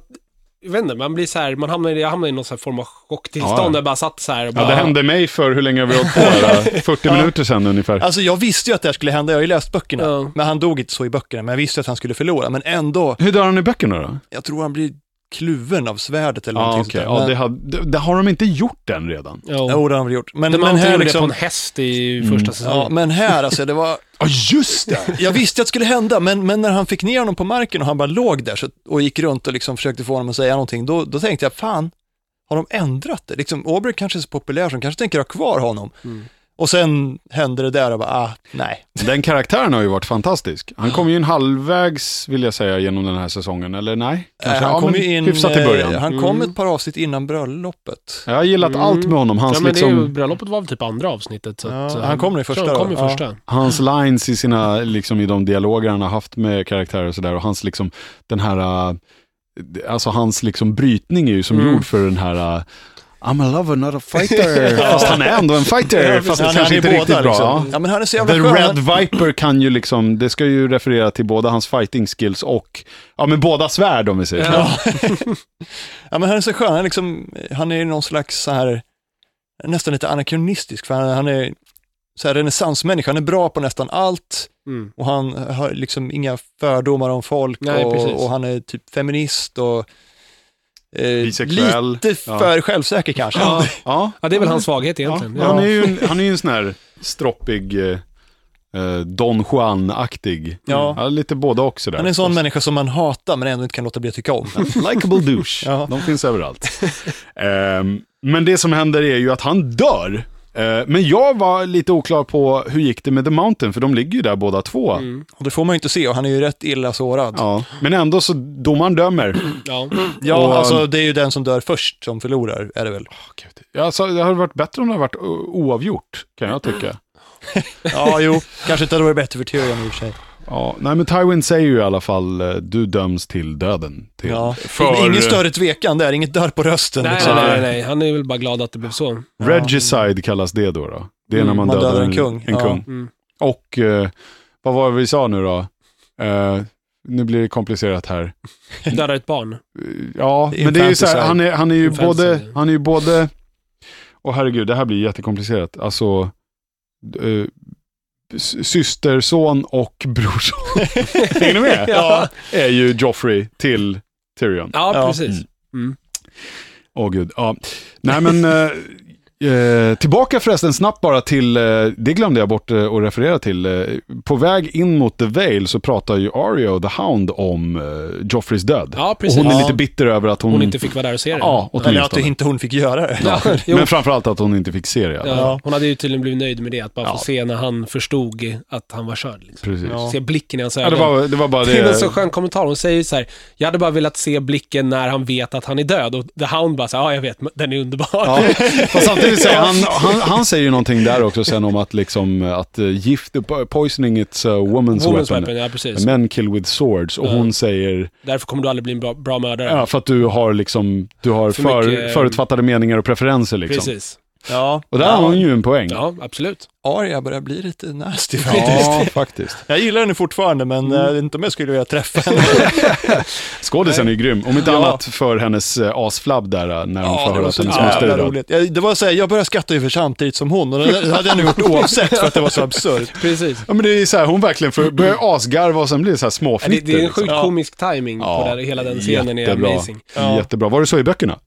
Speaker 3: Jag vet inte, man blir så här, man hamnar, i- jag hamnar i någon så här form av chocktillstånd
Speaker 1: Ja, ja.
Speaker 3: där jag bara satt så här och bara...
Speaker 1: Ja, det hände mig för hur länge har vi hållit på? här? 40 minuter sedan ungefär.
Speaker 2: Alltså jag visste ju att det här skulle hända, jag har ju läst böckerna.
Speaker 3: Ja.
Speaker 2: Men han dog inte så i böckerna, men jag visste att han skulle förlora. Men ändå,
Speaker 1: Hur dör han i böckerna då?
Speaker 2: jag tror han blir kluven av svärdet eller
Speaker 1: Ja,
Speaker 2: någonting
Speaker 1: okej.
Speaker 2: sånt där.
Speaker 1: Ja, det, har, det, det har de inte gjort den redan.
Speaker 3: Jo.
Speaker 2: Jo, det har de väl gjort. Men,
Speaker 3: De
Speaker 2: men
Speaker 3: men
Speaker 2: här
Speaker 3: gjorde det på
Speaker 2: liksom...
Speaker 3: en häst i första
Speaker 2: Ja,
Speaker 3: säsongen.
Speaker 2: men här alltså, det var...
Speaker 1: Ja, just det!
Speaker 2: Jag visste att det skulle hända, men, men när han fick ner honom på marken och han bara låg där så, och gick runt och liksom försökte få honom att säga någonting, då, då tänkte jag, fan, har de ändrat det? Liksom, Aubrey kanske är så populär så de kanske tänker ha kvar honom. Och sen hände det där och bara, ah, nej.
Speaker 1: Den karaktären har ju varit fantastisk. Han kom ju in halvvägs, vill jag säga, genom den här säsongen. Eller nej?
Speaker 2: Eh,
Speaker 1: Kanske,
Speaker 2: han
Speaker 1: ja,
Speaker 2: kom
Speaker 1: men
Speaker 2: ju in,
Speaker 1: hyfsat i början.
Speaker 2: eh, Han kom ett par avsnitt innan bröllopet.
Speaker 1: Jag har gillat
Speaker 3: Mm.
Speaker 1: allt med honom. Hans,
Speaker 3: ja, men det är ju,
Speaker 1: liksom,
Speaker 3: bröllopet var väl typ andra avsnittet. Så
Speaker 2: Ja,
Speaker 3: att, eh,
Speaker 2: han kommer i
Speaker 3: tror
Speaker 2: första
Speaker 3: Han kom i
Speaker 2: då. Ja.
Speaker 3: första.
Speaker 1: hans lines i, sina, liksom, i de dialoger han har haft med karaktärer och sådär. Och hans, liksom, den här, äh, alltså hans liksom, brytning är ju som
Speaker 3: Mm.
Speaker 1: gjord för den här äh, I'm a lover, not a fighter. fast han är ändå en fighter, Eh, fast det
Speaker 2: Han- han
Speaker 1: kanske
Speaker 2: är
Speaker 1: inte
Speaker 2: båda,
Speaker 1: riktigt bra.
Speaker 2: liksom.
Speaker 1: Ja.
Speaker 2: Ja, men han är så jävla
Speaker 1: The
Speaker 2: skön.
Speaker 1: Red Viper kan ju liksom, det ska ju referera till båda hans fighting skills och, ja men båda svärd om vi säger så.
Speaker 2: Ja. ja, men han är så skön. Han är, liksom, han är någon slags så här, nästan lite anakronistisk, för han, han är så här renässansmänniska. Han är bra på nästan allt
Speaker 3: Mm.
Speaker 2: och han har liksom inga fördomar om folk
Speaker 3: Nej, precis.
Speaker 2: och, och han är typ feminist och eh,
Speaker 1: Bisexuell.
Speaker 2: lite
Speaker 1: Ja.
Speaker 2: för självsäker kanske.
Speaker 3: Ja.
Speaker 1: Ja.
Speaker 3: ja, det är väl hans svaghet egentligen.
Speaker 1: Ja, han, är ju en, han är ju en sån här stroppig, eh, eh, Don Juan-aktig.
Speaker 2: Ja.
Speaker 1: lite båda också där.
Speaker 2: Han är en sån människa som man hatar men ändå inte kan låta bli att tycka om.
Speaker 3: Mm.
Speaker 1: Likeable douche.
Speaker 2: Ja.
Speaker 1: De finns överallt. Ehm, men det som händer är ju att han dör. Eh, men jag var lite oklar på hur gick det med The Mountain, för de ligger ju där båda två.
Speaker 2: Och det får man ju inte se och han är ju rätt illa sårad. Ja,
Speaker 1: Ja. Men ändå så, domaren dömer.
Speaker 3: Ja.
Speaker 1: Och-
Speaker 2: alltså det är ju den som dör först som förlorar, är det väl?
Speaker 1: Åh, Gud. Ja, Alltså, det hade varit bättre om det hade varit o- oavgjort, kan jag tycka.
Speaker 2: Ja, jo, kanske inte hade varit bättre för Tyrion i och för sig.
Speaker 1: Ja, nej, men Tywin säger ju i alla fall, eh, du döms till döden. Till.
Speaker 2: Ja.
Speaker 1: För-
Speaker 2: Ingen större tvekan där, inget darr på rösten.
Speaker 3: Nej,
Speaker 2: liksom.
Speaker 3: nej, nej, nej. Han är väl bara glad att det blev så.
Speaker 1: Regicide kallas det då. då. Det är när Mm, man, dödar, en kung. En
Speaker 2: Ja.
Speaker 1: kung.
Speaker 3: Mm.
Speaker 1: Och eh, vad var det vi sa nu då? Eh, nu blir det komplicerat här.
Speaker 3: Dödar ett barn.
Speaker 1: Ja,
Speaker 2: In
Speaker 1: men det är ju så här,
Speaker 2: fantasy.
Speaker 1: han är, han är ju
Speaker 3: In fantasy.
Speaker 1: både, han är ju både, och herregud, det här blir jättekomplicerat. Alltså, eh, s- systerson och brorson. Hänger ni med?
Speaker 3: Ja.
Speaker 1: Är ju Joffrey till Tyrion.
Speaker 3: Ja,
Speaker 2: Ja.
Speaker 3: precis.
Speaker 1: Mm. Åh gud, ja. Nej men, eh, eh, tillbaka förresten snabbt bara till, eh, det glömde jag bort eh, att referera till. Eh, på väg in mot The Vale så pratar ju Arya och The Hound om eh, Joffreys död.
Speaker 3: Ja,
Speaker 1: och
Speaker 3: precis.
Speaker 1: hon är
Speaker 3: Ja.
Speaker 1: lite bitter över att hon...
Speaker 3: Hon inte fick vara där och se det.
Speaker 1: Ja, åtminstone.
Speaker 2: Eller att inte hon fick göra det.
Speaker 3: Ja, jo.
Speaker 1: Men framförallt att hon inte fick se det. Ja.
Speaker 3: Ja, hon hade ju tydligen blivit nöjd med det, att bara
Speaker 1: Ja.
Speaker 3: få se när han förstod att han var körd. Liksom.
Speaker 1: Precis. Ja.
Speaker 2: Ja.
Speaker 3: Se blicken i hans ögon.
Speaker 1: det, var, det var bara
Speaker 3: Det är en så
Speaker 1: det.
Speaker 3: skön kommentar. Hon säger ju så här, jag hade bara velat se blicken när han vet att han är död. Och The Hound bara så här, ja jag vet, men den är underbar.
Speaker 1: Ja. Fast samtidigt säger han, han, han säger ju någonting där också sen om att liksom, att eh, gift, po- poisoning it's a woman's,
Speaker 3: Woman's
Speaker 1: weapon.
Speaker 3: weapon, ja precis.
Speaker 1: Men kill with swords och
Speaker 3: Ja.
Speaker 1: hon säger,
Speaker 3: Därför kommer du aldrig bli en bra, bra mördare.
Speaker 1: ja, för att du har liksom, du har
Speaker 3: För
Speaker 1: för,
Speaker 3: mycket, eh,
Speaker 1: förutfattade meningar och preferenser liksom.
Speaker 3: Precis.
Speaker 2: Ja.
Speaker 1: Och där har hon ju en poäng.
Speaker 3: Ja, absolut.
Speaker 2: Arya börjar bli lite nasty faktiskt.
Speaker 1: Ja, faktiskt.
Speaker 2: Jag gillar henne fortfarande, men jag vet inte om jag skulle vilja träffa henne.
Speaker 1: Skådisen är ju grym. Om inte
Speaker 2: Ja.
Speaker 1: annat för hennes eh, asflabb där eh, när hon får höra att hennes moster är
Speaker 2: jävla
Speaker 1: död.
Speaker 2: roligt. Jag, det var så här, jag började skratta ungefär samtidigt som hon och det hade jag nog gjort oavsett för att det var så absurt.
Speaker 3: Precis.
Speaker 1: Ja men det är så här, hon verkligen får, börjar asgarva och sen blir det så här
Speaker 3: Mm. Ja, Det,
Speaker 1: småfnitter.
Speaker 3: det är en
Speaker 1: liksom.
Speaker 3: sjukt komisk timing
Speaker 1: Ja,
Speaker 3: på där, hela den scenen
Speaker 1: jättebra.
Speaker 3: är amazing.
Speaker 2: Ja.
Speaker 1: Jättebra. Var det så i böckerna?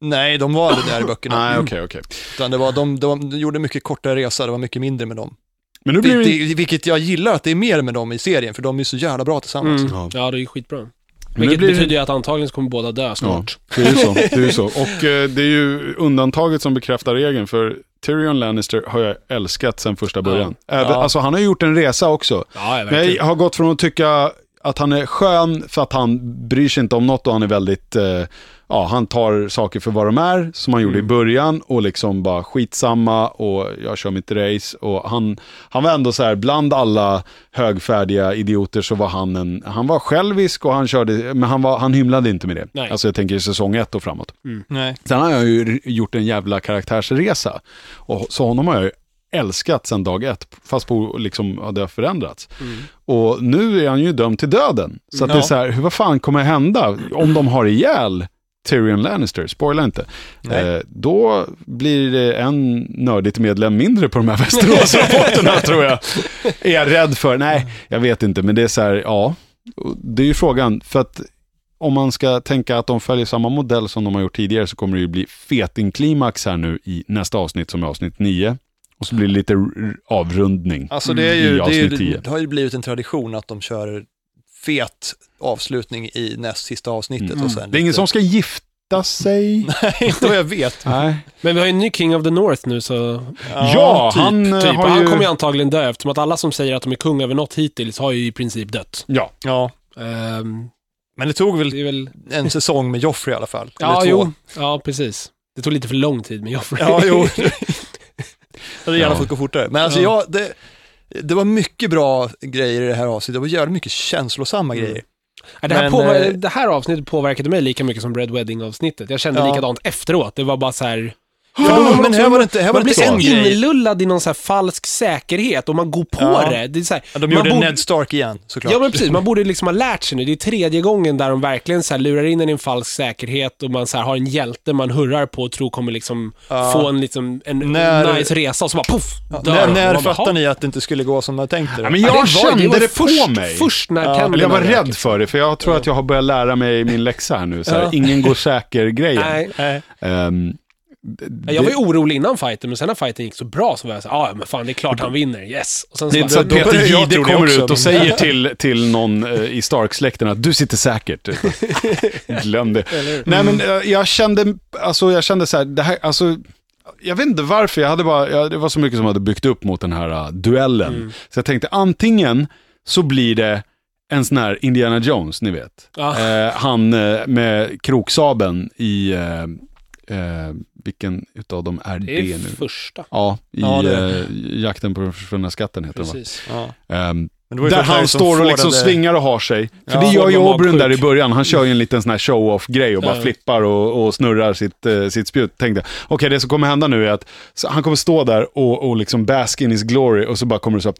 Speaker 2: Nej, de var aldrig där i böckerna.
Speaker 1: Nej, okej, okej.
Speaker 2: Utan det var, de, de, de gjorde mycket kortare resor, det var mycket mindre med dem.
Speaker 1: Men nu blir
Speaker 2: Det,
Speaker 1: det...
Speaker 2: det, vilket jag gillar att det är mer med dem i serien, för de är så jävla bra tillsammans.
Speaker 3: Mm.
Speaker 1: Ja.
Speaker 3: Ja, det är ju skitbra.
Speaker 1: Men nu
Speaker 3: Vilket
Speaker 1: blir det-
Speaker 3: betyder ju att antagligen så kommer båda dö
Speaker 1: Ja,
Speaker 3: snart.
Speaker 1: det är ju så. Det är ju så. Och eh, det är ju undantaget som bekräftar regeln, för Tyrion Lannister har jag älskat sedan första början. Även,
Speaker 2: Ja.
Speaker 1: Alltså han har gjort en resa också.
Speaker 3: Ja, ja
Speaker 1: Men
Speaker 3: verkligen.
Speaker 1: jag har gått från att tycka att han är skön för att han bryr sig inte om något och han är väldigt, eh, ja han tar saker för vad de är, som han gjorde i början och liksom bara skitsamma och jag kör mitt race och han, han var ändå så här, bland alla högfärdiga idioter så var han en, han var självisk och han körde, men han, var, han hymlade inte med det.
Speaker 3: Nej.
Speaker 1: Alltså jag tänker säsong ett och framåt.
Speaker 2: Nej.
Speaker 1: Sen har jag ju gjort en jävla karaktärsresa. Och, så honom har jag ju älskat sedan dag ett, fast på, liksom, ja, det har förändrats. Och nu är han ju dömd till döden. Så att det är
Speaker 2: Mm. Ja.
Speaker 1: så här, hur, vad fan kommer hända om de har ihjäl Tyrion Lannister? Spoila inte.
Speaker 2: Nej.
Speaker 1: Eh, då blir det en nördigt medlem mindre på de här Västeråsrapporterna tror jag.
Speaker 3: Mm.
Speaker 1: Är jag rädd för? Nej, jag vet inte, men det är så här, ja. Och Det är ju frågan, för att om man ska tänka att de följer samma modell som de har gjort tidigare så kommer det ju bli fetingklimax här nu i nästa avsnitt som är avsnitt 9. Och så blir det lite r- avrundning.
Speaker 2: Alltså det, är
Speaker 1: Mm.
Speaker 2: ju,
Speaker 1: I
Speaker 2: det, är
Speaker 1: avsnitt
Speaker 2: ju,
Speaker 1: 10.
Speaker 2: det har ju blivit en tradition att de kör fet avslutning i näst sista avsnittet.
Speaker 1: Mm.
Speaker 2: Och sen
Speaker 1: Det är ingen som ska gifta sig.
Speaker 2: Nej, inte vad jag vet.
Speaker 1: Nej.
Speaker 3: Men vi har ju en ny King of the North nu så...
Speaker 1: Ja,
Speaker 2: typ.
Speaker 1: han eh,
Speaker 3: Typ.
Speaker 1: har
Speaker 3: Och
Speaker 1: ju...
Speaker 3: Han kommer ju antagligen dö eftersom att alla som säger att de är kung över något hittills har ju i princip dött.
Speaker 1: Ja,
Speaker 2: Ja.
Speaker 3: Ehm,
Speaker 2: Men det tog väl
Speaker 3: det är väl...
Speaker 2: en säsong med Joffrey i alla fall. Eller
Speaker 3: Ja,
Speaker 2: två.
Speaker 3: jo. Ja, precis. Det tog lite för lång tid med Joffrey.
Speaker 2: Ja, jo. Jag hade gärna
Speaker 1: Ja.
Speaker 2: fått gå fortare. Men alltså,
Speaker 3: Ja.
Speaker 2: jag, det, det var mycket bra grejer i det här avsnittet. Det var jävligt mycket känslosamma
Speaker 3: Mm.
Speaker 2: grejer.
Speaker 3: Ja, Det här,
Speaker 2: Men,
Speaker 3: påver-
Speaker 2: eh,
Speaker 3: det här avsnittet påverkade mig lika mycket som Red Wedding-avsnittet. Jag kände
Speaker 2: Ja.
Speaker 3: likadant efteråt. Det var bara så här...
Speaker 2: Ja, men här var det inte, här var
Speaker 3: Man
Speaker 2: det inte
Speaker 3: blir
Speaker 2: en grej.
Speaker 3: inlullad i någon så här falsk säkerhet och man går på
Speaker 2: Ja.
Speaker 3: det. det är så här,
Speaker 2: Ja, de
Speaker 3: man
Speaker 2: gjorde
Speaker 3: borde-
Speaker 2: Ned Stark igen såklart.
Speaker 3: Ja men precis, man borde liksom ha lärt sig nu. Det är tredje gången där de verkligen så här lurar in en i en falsk säkerhet och man så här har en hjälte man hurrar på och tror kommer liksom
Speaker 2: Ja.
Speaker 3: få en, liksom, en
Speaker 2: När-
Speaker 3: nice resa och så bara poff! dör
Speaker 2: när
Speaker 3: de.
Speaker 2: när
Speaker 3: Man bara,
Speaker 2: fattar
Speaker 3: "Ha."
Speaker 2: ni att det inte skulle gå som jag tänkte?
Speaker 1: Ja,
Speaker 2: det?
Speaker 1: men
Speaker 3: Ja,
Speaker 1: jag
Speaker 3: var-
Speaker 1: kände
Speaker 3: var
Speaker 1: det
Speaker 3: först,
Speaker 1: på mig.
Speaker 3: Först när
Speaker 2: Ja.
Speaker 3: tänderna
Speaker 1: Eller jag var
Speaker 3: rök.
Speaker 1: rädd för det, för jag tror att jag har börjat lära mig min läxa här nu. Så här,
Speaker 3: Ja.
Speaker 1: Ingen går säker-grejen.
Speaker 3: Nej.
Speaker 2: Nej.
Speaker 1: Ehm,
Speaker 3: Jag var ju orolig innan fighten, men sen när fighten gick så bra så var jag så här, "Ah, ja men fan det är klart han vinner, yes. Och sen så
Speaker 1: Det är
Speaker 3: bara,
Speaker 1: inte så att
Speaker 2: Då börjar
Speaker 1: Peter
Speaker 2: jag
Speaker 1: Jihde
Speaker 2: tro det
Speaker 1: kommer
Speaker 2: också,
Speaker 1: ut
Speaker 2: men-
Speaker 1: och säger till, till någon eh, i Stark-släkten att du sitter säkert. typ. Glöm det. Nej, men
Speaker 2: Mm.
Speaker 1: eh, jag kände, alltså, jag kände så här, det här, alltså, jag vet inte varför, jag hade bara, jag, det var så mycket som hade byggt upp mot den här eh, duellen.
Speaker 2: Mm.
Speaker 1: Så jag tänkte antingen så blir det en sån här Indiana Jones, ni vet.
Speaker 3: Ja.
Speaker 2: Ah.
Speaker 1: Eh, han eh, med kroksaben i, eh, eh, vilken utav dem är
Speaker 3: det är
Speaker 1: det nu?
Speaker 3: första.
Speaker 1: Ja, i
Speaker 2: Ja, det är
Speaker 1: eh, Jakten på den försvunna skatten heter den va?
Speaker 3: Precis.
Speaker 2: Ja.
Speaker 1: Ehm,
Speaker 2: Men det var ju
Speaker 1: där
Speaker 2: första
Speaker 1: han
Speaker 2: gången som
Speaker 1: står och
Speaker 2: får
Speaker 1: liksom
Speaker 2: den där-
Speaker 1: svingar och har sig. För
Speaker 2: Ja,
Speaker 1: det gör
Speaker 3: får
Speaker 1: ju
Speaker 3: den
Speaker 1: Oberyn där i
Speaker 3: magsjuk.
Speaker 1: början. Han kör ju en liten sån här show-off-grej och bara
Speaker 3: Ja.
Speaker 1: flippar och, och snurrar sitt, eh, sitt spjut. Tänkte, jag, okej det som kommer hända nu är att så han kommer stå där och, och liksom bask in his glory och så bara kommer det så här,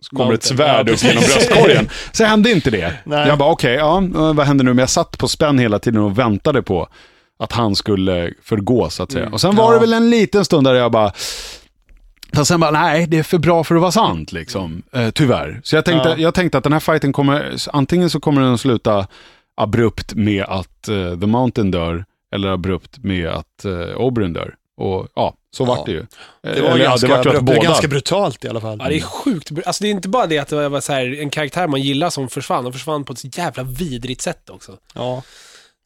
Speaker 1: så kommer ett
Speaker 3: Mountain.
Speaker 1: svärd
Speaker 3: Ja,
Speaker 1: upp genom
Speaker 3: precis.
Speaker 1: bröstkorgen. Så hände inte det.
Speaker 2: Nej.
Speaker 1: Jag bara okej, ja, eh, vad händer nu? Men jag satt på spänn hela tiden och väntade på att han skulle förgå så att säga. Och sen var
Speaker 2: Mm.
Speaker 1: det
Speaker 2: Ja.
Speaker 1: väl en liten stund där jag bara, Fast sen bara, nej, det är för bra för att vara sant, liksom. Eh, tyvärr. Så jag tänkte,
Speaker 2: Ja.
Speaker 1: jag tänkte att den här fighten kommer, antingen så kommer den sluta abrupt med att eh, The Mountain dör, eller abrupt med att uh, Oberyn dör. Och ja, så
Speaker 2: Ja.
Speaker 1: vart det ju. Eh,
Speaker 2: Det var,
Speaker 1: eller, ja,
Speaker 2: ganska,
Speaker 1: det vart ju att
Speaker 2: abrupt. det var
Speaker 1: båda.
Speaker 2: ganska brutalt i alla fall.
Speaker 3: Ja, det är sjukt. br- Alltså det är inte bara det att det var så här, en karaktär man gillar som försvann, de försvann på ett så jävla vidrigt sätt också.
Speaker 2: Ja.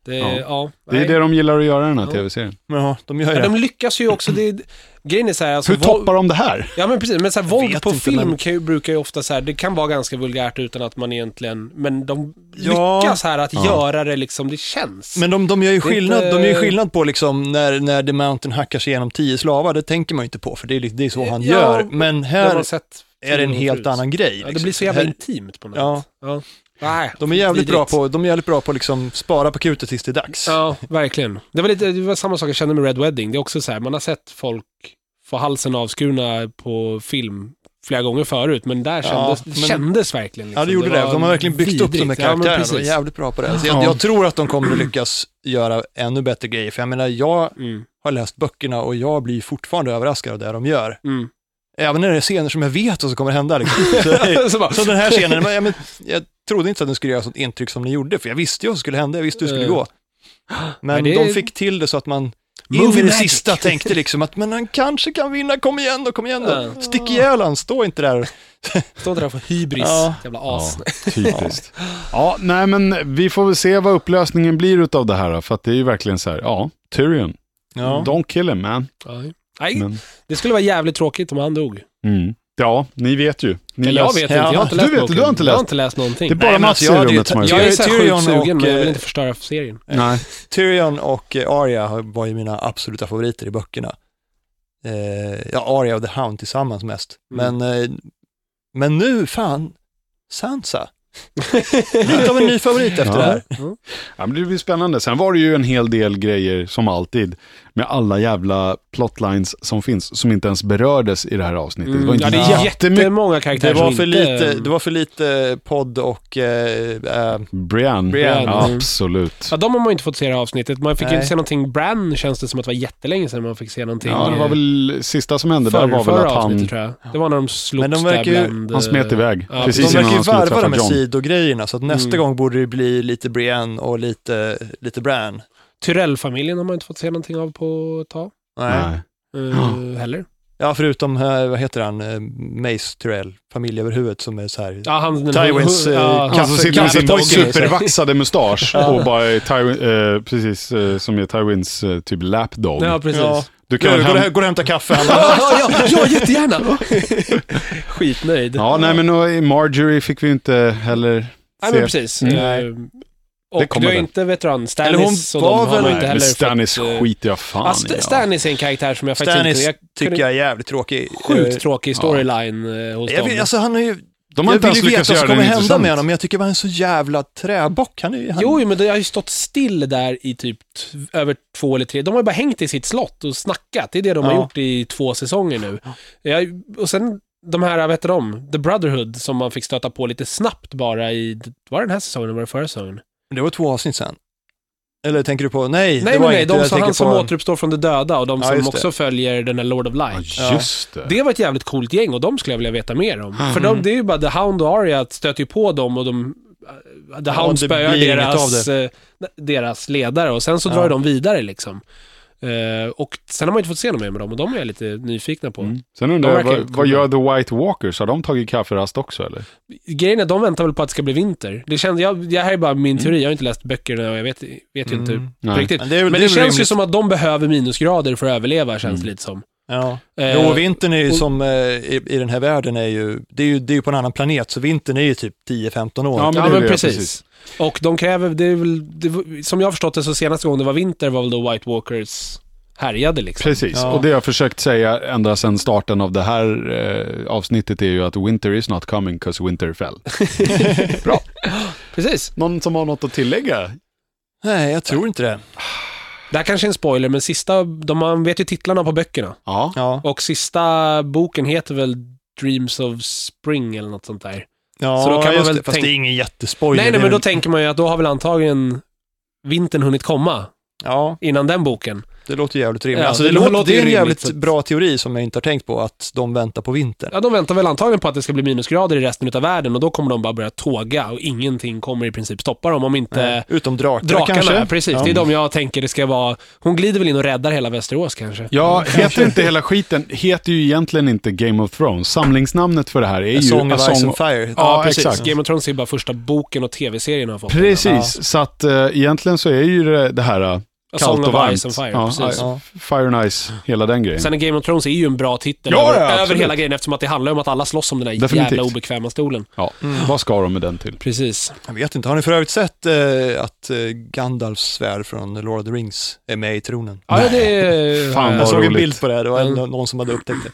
Speaker 3: Det,
Speaker 1: Ja.
Speaker 3: ja. Ja,
Speaker 1: det är
Speaker 3: nej.
Speaker 1: det de gillar att göra i den här
Speaker 3: Ja.
Speaker 1: tv-serien.
Speaker 2: Men ja, de gör ju
Speaker 3: Ja,
Speaker 2: det.
Speaker 3: de lyckas ju också, det, är- grejen är så här, alltså,
Speaker 1: Hur
Speaker 3: våld-
Speaker 1: toppar de det här?
Speaker 3: Ja men precis, men så här,
Speaker 2: Jag
Speaker 3: våld
Speaker 2: vet
Speaker 3: på
Speaker 2: inte,
Speaker 3: film
Speaker 2: men-
Speaker 3: kan ju, brukar ju ofta så här, det kan vara ganska vulgärt utan att man egentligen, men de
Speaker 2: Ja.
Speaker 3: lyckas här att
Speaker 1: Ja.
Speaker 3: göra det liksom, det känns.
Speaker 2: Men de, de gör ju
Speaker 3: Det är
Speaker 2: skillnad,
Speaker 3: inte-
Speaker 2: de gör ju skillnad på liksom när, när The Mountain hackar sig igenom tio slavar, det tänker man ju inte på för det är, li- det är så han
Speaker 3: Ja,
Speaker 2: gör. Men
Speaker 3: Det har
Speaker 2: här
Speaker 3: man sett
Speaker 2: är det en
Speaker 3: filmen
Speaker 2: helt
Speaker 3: förut.
Speaker 2: annan grej.
Speaker 3: Ja, det
Speaker 2: liksom.
Speaker 3: blir så jävla
Speaker 2: Här-
Speaker 3: intimt på något
Speaker 2: Ja.
Speaker 3: sätt. Ja. Nej,
Speaker 2: de är jävligt bra
Speaker 3: vidrigt.
Speaker 2: på, de är jävligt bra på att liksom spara på krutet tills det är dags.
Speaker 3: Ja, verkligen. Det var, lite, det var samma sak jag kände med Red Wedding. Det är också så här, man har sett folk få halsen avskurna på film flera gånger förut, men där kändes, det
Speaker 2: men-
Speaker 3: kändes verkligen. liksom.
Speaker 2: Ja, det gjorde det.
Speaker 3: var
Speaker 2: De har verkligen byggt upp de här
Speaker 3: vidrigt. Ja, men
Speaker 2: karaktärerna. de är
Speaker 3: precis.
Speaker 2: jävligt bra på det. Så jag,
Speaker 1: Ja.
Speaker 2: jag tror att de kommer att lyckas göra ännu bättre grejer. För jag menar, jag
Speaker 3: Mm,
Speaker 2: har läst böckerna och jag blir fortfarande överraskad av det de gör.
Speaker 3: mm.
Speaker 2: Även när det är scener som jag vet vad som kommer hända. Liksom. Så,
Speaker 3: Så bara,
Speaker 2: så den här scenen, men, ja, men, jag trodde inte att den skulle göra sånt intryck som den gjorde, för jag visste ju vad som skulle hända, jag visste hur det skulle
Speaker 3: Eh.
Speaker 2: gå. Men
Speaker 3: Men det-
Speaker 2: de fick till det så att man in i
Speaker 3: Movie
Speaker 2: det
Speaker 3: magic.
Speaker 2: sista tänkte liksom att men han kanske kan vinna, kom igen då, kom igen då.
Speaker 3: Ja.
Speaker 2: Stick ihjäl han, stå inte där.
Speaker 3: Står inte där för hybris,
Speaker 2: Ja.
Speaker 3: jävla as.
Speaker 1: typiskt. ja, nej men vi får väl se vad upplösningen blir utav det här då, för att det är ju verkligen så här, ja, Tyrion.
Speaker 2: Ja. Mm.
Speaker 1: Don't kill him man.
Speaker 3: Nej. Nej,
Speaker 1: Men,
Speaker 3: det skulle vara jävligt tråkigt om han dog.
Speaker 1: mm. Ja, ni vet ju. Ni
Speaker 3: Men jag
Speaker 1: läser-
Speaker 3: vet inte, jag har inte
Speaker 1: Du
Speaker 3: läst
Speaker 1: vet,
Speaker 3: boken.
Speaker 1: du har inte
Speaker 3: Jag har
Speaker 1: läst.
Speaker 3: inte läst någonting.
Speaker 1: Det är bara
Speaker 2: Nej, men
Speaker 1: Mats
Speaker 2: alltså,
Speaker 1: i
Speaker 2: jag hade ju
Speaker 1: rummet som har
Speaker 2: ett-
Speaker 1: gjort
Speaker 3: jag är så här
Speaker 2: Tyrion
Speaker 3: sjukt sugen,
Speaker 2: och,
Speaker 3: men jag vill
Speaker 2: eh,
Speaker 3: inte förstöra för serien.
Speaker 1: det. Nej.
Speaker 2: Tyrion och eh, Arya har- var ju mina absoluta favoriter i böckerna. Eh, ja, Arya och The Hound tillsammans mest.
Speaker 3: Mm.
Speaker 2: Men, eh, men nu, fan, Sansa. Lite av en ny favorit efter
Speaker 1: Ja.
Speaker 2: det här.
Speaker 3: Mm.
Speaker 1: Ja, men det blir spännande. Sen var det ju en hel del grejer, som alltid, med alla jävla plotlines som finns, som inte ens berördes i det här avsnittet. Det var
Speaker 3: Mm.
Speaker 1: inte
Speaker 3: Ja, det
Speaker 1: ja,
Speaker 3: är
Speaker 1: jättemycket.
Speaker 3: jättemånga karaktärer
Speaker 2: Det var,
Speaker 3: som
Speaker 2: för
Speaker 3: inte-
Speaker 2: lite, det var för lite podd och eh, eh,
Speaker 1: Brian.
Speaker 2: Brian.
Speaker 1: Ja,
Speaker 3: Mm.
Speaker 1: absolut.
Speaker 3: Ja, de har man ju inte fått se i det här avsnittet. Man fick ju
Speaker 2: Nej.
Speaker 3: inte se någonting. Bran känns det som att det var jättelänge sedan man fick se någonting.
Speaker 1: Ja, det var väl sista som hände där
Speaker 3: förra,
Speaker 1: var väl
Speaker 3: förra
Speaker 1: att han,
Speaker 3: avsnittet, tror jag. Det var när de slogs
Speaker 2: Men de verkar ju-
Speaker 3: där bland... eh,
Speaker 1: han smet iväg.
Speaker 3: Ja,
Speaker 1: precis innan
Speaker 2: de verkar ju
Speaker 1: han skulle
Speaker 2: varva
Speaker 1: träffa
Speaker 2: de här
Speaker 1: John.
Speaker 2: sidogrejerna, så att nästa
Speaker 3: Mm.
Speaker 2: gång borde det bli lite Brienne och lite, lite Bran.
Speaker 3: Tyrell-familjen har man inte fått se någonting av på ett tag.
Speaker 2: Nej.
Speaker 3: Eh, heller.
Speaker 2: Ja, förutom, eh, vad heter han, eh, Mace Tyrell, familj över huvudet som är så här.
Speaker 3: Ja, han, den-
Speaker 2: Tywins, eh,
Speaker 3: ja,
Speaker 1: Han som
Speaker 2: Kaffe-
Speaker 1: sitter med sin
Speaker 2: kaffepojken,
Speaker 3: kaffepojken.
Speaker 1: supervaxade mustasch och bara är Tywin, eh, precis eh, som är Tywins eh, typ lapdog.
Speaker 3: Ja, precis.
Speaker 2: Ja.
Speaker 1: Du kan
Speaker 2: Går
Speaker 1: hem...
Speaker 2: och- går och hämta kaffe. Han bara,
Speaker 3: ja, ja, ja, jättegärna! Skitnöjd.
Speaker 1: Ja, nej men och i Marjorie fick vi ju inte heller
Speaker 3: Nej,
Speaker 1: se.
Speaker 3: men precis.
Speaker 1: Mm.
Speaker 3: Eh,
Speaker 1: Det
Speaker 3: Och
Speaker 1: kommer
Speaker 3: du är
Speaker 1: väl.
Speaker 3: inte veteran. Stannis
Speaker 2: Eller hon
Speaker 3: och
Speaker 2: var
Speaker 3: de har
Speaker 2: väl-
Speaker 3: nog
Speaker 1: Nej,
Speaker 3: inte
Speaker 1: men
Speaker 3: heller
Speaker 1: Stannis
Speaker 3: fått... eh,
Speaker 1: skiter jag fan
Speaker 3: ja, St-
Speaker 1: i.
Speaker 3: Stannis är en karaktär som jag faktiskt
Speaker 2: Stannis
Speaker 3: inte... Jag
Speaker 2: tycker jag är jävligt tråkig.
Speaker 3: Sjukt
Speaker 2: Eh,
Speaker 3: tråkig storyline eh, hos
Speaker 2: jag
Speaker 3: dem.
Speaker 2: vill, alltså, han är ju,
Speaker 1: De har
Speaker 2: jag
Speaker 1: inte ens
Speaker 2: vill ju veta vad
Speaker 1: lyckats göra
Speaker 2: som
Speaker 1: den
Speaker 2: kommer hända
Speaker 1: intressant.
Speaker 2: med honom, men jag tycker bara han är så jävla träbock. Han är, ju- han,
Speaker 3: Jo, jo, men det har ju stått still där i typ t- över två eller tre. De har ju bara hängt i sitt slott och snackat. Det är det de
Speaker 2: Ja.
Speaker 3: har gjort i två säsonger nu. Jag, och sen de här, vet du de? The Brotherhood som man fick stöta på lite snabbt bara i, var det den här säsongen eller var det förra säsongen?
Speaker 2: det var två avsnitt sen. Eller tänker du på, nej,
Speaker 3: Nej,
Speaker 2: det
Speaker 3: men
Speaker 2: var
Speaker 3: nej,
Speaker 2: inte,
Speaker 3: de
Speaker 2: jag
Speaker 3: som,
Speaker 2: tänker
Speaker 3: han som
Speaker 2: på,
Speaker 3: återuppstår från de döda och de
Speaker 2: Ja,
Speaker 3: som
Speaker 2: just det.
Speaker 3: också följer den här Lord of Light.
Speaker 1: Ja, just det.
Speaker 3: Det var ett jävligt coolt gäng och de skulle jag vilja veta mer om. För
Speaker 2: Mhm.
Speaker 3: de, det är ju bara The Hound och Arya stöter ju på dem och de... äh, The Hound
Speaker 2: det
Speaker 3: spöar
Speaker 2: blir inget
Speaker 3: deras,
Speaker 2: av
Speaker 3: eh, deras ledare och sen så
Speaker 2: Ja.
Speaker 3: drar de vidare liksom. Eh, och sen har man inte fått se något mer med dem och de är jag lite nyfikna på.
Speaker 1: Mm. Sen undrar jag,
Speaker 3: verkar
Speaker 1: vad,
Speaker 3: inte
Speaker 1: vad
Speaker 3: kunna.
Speaker 1: gör The White Walkers? Har de tagit kafferast också eller?
Speaker 3: Grejen är, de väntar väl på att det ska bli vinter. Det känns, jag, det här är bara min teori, jag har inte läst böckerna och jag vet, vet ju inte
Speaker 2: Mm.
Speaker 3: på
Speaker 1: Nej.
Speaker 3: riktigt.
Speaker 2: Men det är väl-
Speaker 3: Men
Speaker 2: det
Speaker 3: det,
Speaker 2: är väl
Speaker 3: känns ju
Speaker 2: rimligt. Mm.
Speaker 3: som att de behöver minusgrader för att överleva, känns det lite som.
Speaker 2: Ja.
Speaker 3: Eh,
Speaker 2: Jo, vintern är ju
Speaker 3: och-
Speaker 2: som, eh, i, i den här världen är ju, det är ju, det är ju på en annan planet, så vintern är ju typ 10-15 år.
Speaker 1: Ja, men
Speaker 3: Ja,
Speaker 1: det är
Speaker 3: men
Speaker 1: det,
Speaker 3: precis.
Speaker 1: precis.
Speaker 3: Och de kräver, det är väl, det, var- som jag har förstått det så senaste gången det var vinter var väl då White Walkers härjade liksom.
Speaker 1: Precis,
Speaker 2: Ja.
Speaker 1: och det jag har försökt säga ända sedan starten av det här eh, avsnittet är ju att winter is not coming 'cause winter fell.
Speaker 3: Precis.
Speaker 1: Någon som har något att tillägga?
Speaker 2: Nej, jag tror inte det.
Speaker 3: Det här kanske är en spoiler, men sista, de man vet ju titlarna på böckerna.
Speaker 1: Ja.
Speaker 2: Ja,
Speaker 3: Och sista boken heter väl Dreams of Spring eller något sånt där.
Speaker 2: ja
Speaker 3: Så då kan man
Speaker 2: just
Speaker 3: väl
Speaker 2: det, fast
Speaker 3: tänka-
Speaker 2: det är ingen jättespoiler.
Speaker 3: nej,
Speaker 2: det
Speaker 3: nej,
Speaker 2: är
Speaker 3: men då
Speaker 2: väl-
Speaker 3: tänker man ju att då har väl antagligen vintern hunnit komma
Speaker 2: Ja,
Speaker 3: innan den boken.
Speaker 2: det låter jävligt rimligt.
Speaker 3: Ja,
Speaker 2: alltså,
Speaker 3: det
Speaker 2: det,
Speaker 3: låter
Speaker 2: låter,
Speaker 3: ju
Speaker 2: det är en
Speaker 3: rimligt,
Speaker 2: jävligt
Speaker 3: så att-
Speaker 2: bra teori som jag inte har tänkt på, att de väntar på vintern.
Speaker 3: Ja, de väntar väl antagligen på att det ska bli minusgrader i resten av världen och då kommer de bara börja tåga och ingenting kommer i princip stoppa dem om inte
Speaker 2: Nej, Utom drakar
Speaker 3: Drakarna,
Speaker 2: kanske.
Speaker 3: precis.
Speaker 2: Ja.
Speaker 3: Det är de jag tänker det ska vara. Hon glider väl in och räddar hela Västerås kanske.
Speaker 1: Ja, heter inte hela skiten, heter ju egentligen inte Game of Thrones. Samlingsnamnet för det här är ju...
Speaker 2: A Song of
Speaker 1: A
Speaker 2: Ice and Fire.
Speaker 1: Ja, exakt.
Speaker 3: Game of Thrones är bara första boken och tv-serien har fått.
Speaker 1: Precis,
Speaker 2: Ja.
Speaker 1: så att eh, egentligen så är ju det, det här eh,
Speaker 3: A
Speaker 1: kallt
Speaker 3: Song
Speaker 1: och
Speaker 3: of
Speaker 1: varmt.
Speaker 3: Ice and Fire,
Speaker 1: ja,
Speaker 3: precis.
Speaker 1: ja, Fire and Ice, hela den grejen.
Speaker 3: Sen är Game of Thrones är ju en bra titel
Speaker 1: Ja,
Speaker 3: över,
Speaker 1: ja,
Speaker 3: över
Speaker 1: absolut.
Speaker 3: hela grejen eftersom att det handlar om att alla slåss om den där
Speaker 1: Definitivt.
Speaker 3: jävla obekväma stolen.
Speaker 1: ja.
Speaker 3: Mm.
Speaker 1: Vad ska de med den till?
Speaker 3: Precis.
Speaker 2: Jag vet inte, har ni för övrigt sett eh, att eh, Gandalfs svärd från Lord of the Rings är med i tronen?
Speaker 3: Ja, det är...
Speaker 1: Fan,
Speaker 2: Jag
Speaker 1: vad
Speaker 2: såg en
Speaker 1: roligt.
Speaker 2: bild på det, här. det var en-
Speaker 3: Mm.
Speaker 2: någon som hade upptäckt det.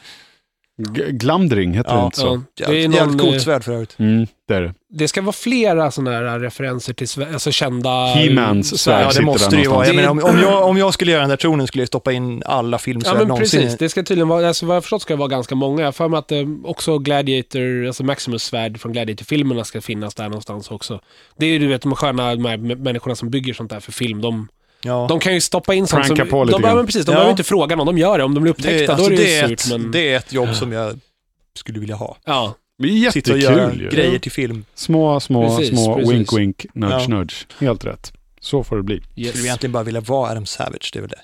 Speaker 1: G- Glamdring, heter det
Speaker 2: Ja,
Speaker 1: inte så?
Speaker 3: Ja, det, är
Speaker 2: Jävligt, jävligt
Speaker 3: någon, eh,
Speaker 2: coolt svärd för övrigt.
Speaker 1: Mm, det är det.
Speaker 3: det ska vara flera sådana här referenser till sve- alltså kända...
Speaker 1: He-Mans svärd.
Speaker 2: Ja,
Speaker 1: sitter
Speaker 2: det måste
Speaker 1: där
Speaker 2: det ju vara. Jag menar,
Speaker 3: någonstans.
Speaker 2: om, om, jag, om jag skulle göra den där tronen skulle jag stoppa in alla
Speaker 3: Ja,
Speaker 2: filmsvärd
Speaker 3: men
Speaker 2: någonsin.
Speaker 3: precis. Det ska tydligen vara, alltså, vad jag förstått ska det vara ganska många. Jag har för mig att eh, också Gladiator, alltså Maximus svärd från Gladiator-filmerna ska finnas där någonstans också. Det är ju du vet de sköna de här m- människorna som bygger sånt där för film. De,
Speaker 2: Ja.
Speaker 3: de kan ju stoppa in sånt
Speaker 1: Pranka
Speaker 3: som...
Speaker 1: på lite
Speaker 3: de, ja,
Speaker 1: grann.
Speaker 3: men precis, de
Speaker 2: Ja.
Speaker 3: behöver inte fråga någon, de gör det. Om de blir upptäckta,
Speaker 2: det, alltså,
Speaker 3: då är det,
Speaker 2: det, är
Speaker 3: surt.
Speaker 2: ett,
Speaker 3: Men,
Speaker 2: det är ett jobb som jag skulle vilja ha.
Speaker 3: ja.
Speaker 1: Det är
Speaker 2: Sitta och göra
Speaker 1: jättekul ju.
Speaker 2: grejer till film.
Speaker 1: Små, små,
Speaker 3: Precis,
Speaker 1: små
Speaker 3: precis.
Speaker 1: wink, wink, nudge,
Speaker 2: Ja.
Speaker 1: nudge. Helt rätt. Så får det bli.
Speaker 2: Jag skulle
Speaker 3: Yes.
Speaker 2: egentligen bara vilja vara Adam Savage, det är väl det.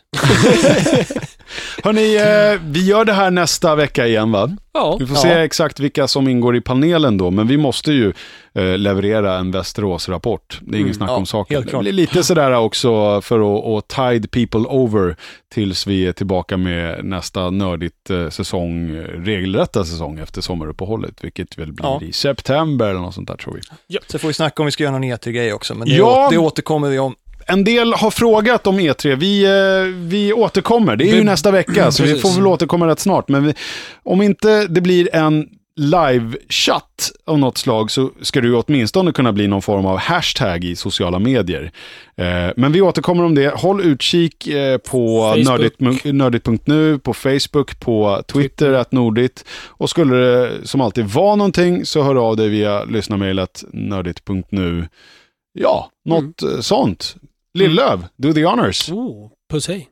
Speaker 1: Hörni, eh, vi gör det här nästa vecka igen va?
Speaker 3: Ja.
Speaker 1: Vi får
Speaker 2: Ja.
Speaker 1: se exakt vilka som ingår i panelen då, men vi måste ju eh, leverera en Västerås-rapport. Det är ingen snack
Speaker 2: Mm. ja,
Speaker 1: om saken.
Speaker 2: helt
Speaker 1: Det
Speaker 2: klart.
Speaker 1: blir lite sådär också för att, att tide people over tills vi är tillbaka med nästa nördigt eh, säsong, eh, regelrätta säsong efter sommaruppehållet, vilket väl blir
Speaker 2: Ja.
Speaker 1: i september eller något sånt där tror vi.
Speaker 2: Så får vi snacka om vi ska göra någon E3-grej också, men det,
Speaker 1: Ja.
Speaker 2: å, det återkommer vi om.
Speaker 1: En del har frågat om E3. Vi, eh, vi återkommer. Det är ju
Speaker 3: Vi-
Speaker 1: nästa vecka, så vi
Speaker 3: Precis.
Speaker 1: får väl återkomma rätt snart. Men vi, om inte det blir en live-chatt av något slag så ska det ju åtminstone kunna bli någon form av hashtag i sociala medier. Eh, men vi återkommer om det. Håll utkik eh, på
Speaker 3: Facebook.
Speaker 1: nördigt- nördigt.nu, på Facebook, på Twitter, att nordigt. Och skulle det som alltid vara någonting så hör av dig via lyssnarmailet nördigt.nu. Ja, något eh, sånt. Lillöv, do the honors.
Speaker 3: Oh, puss hej.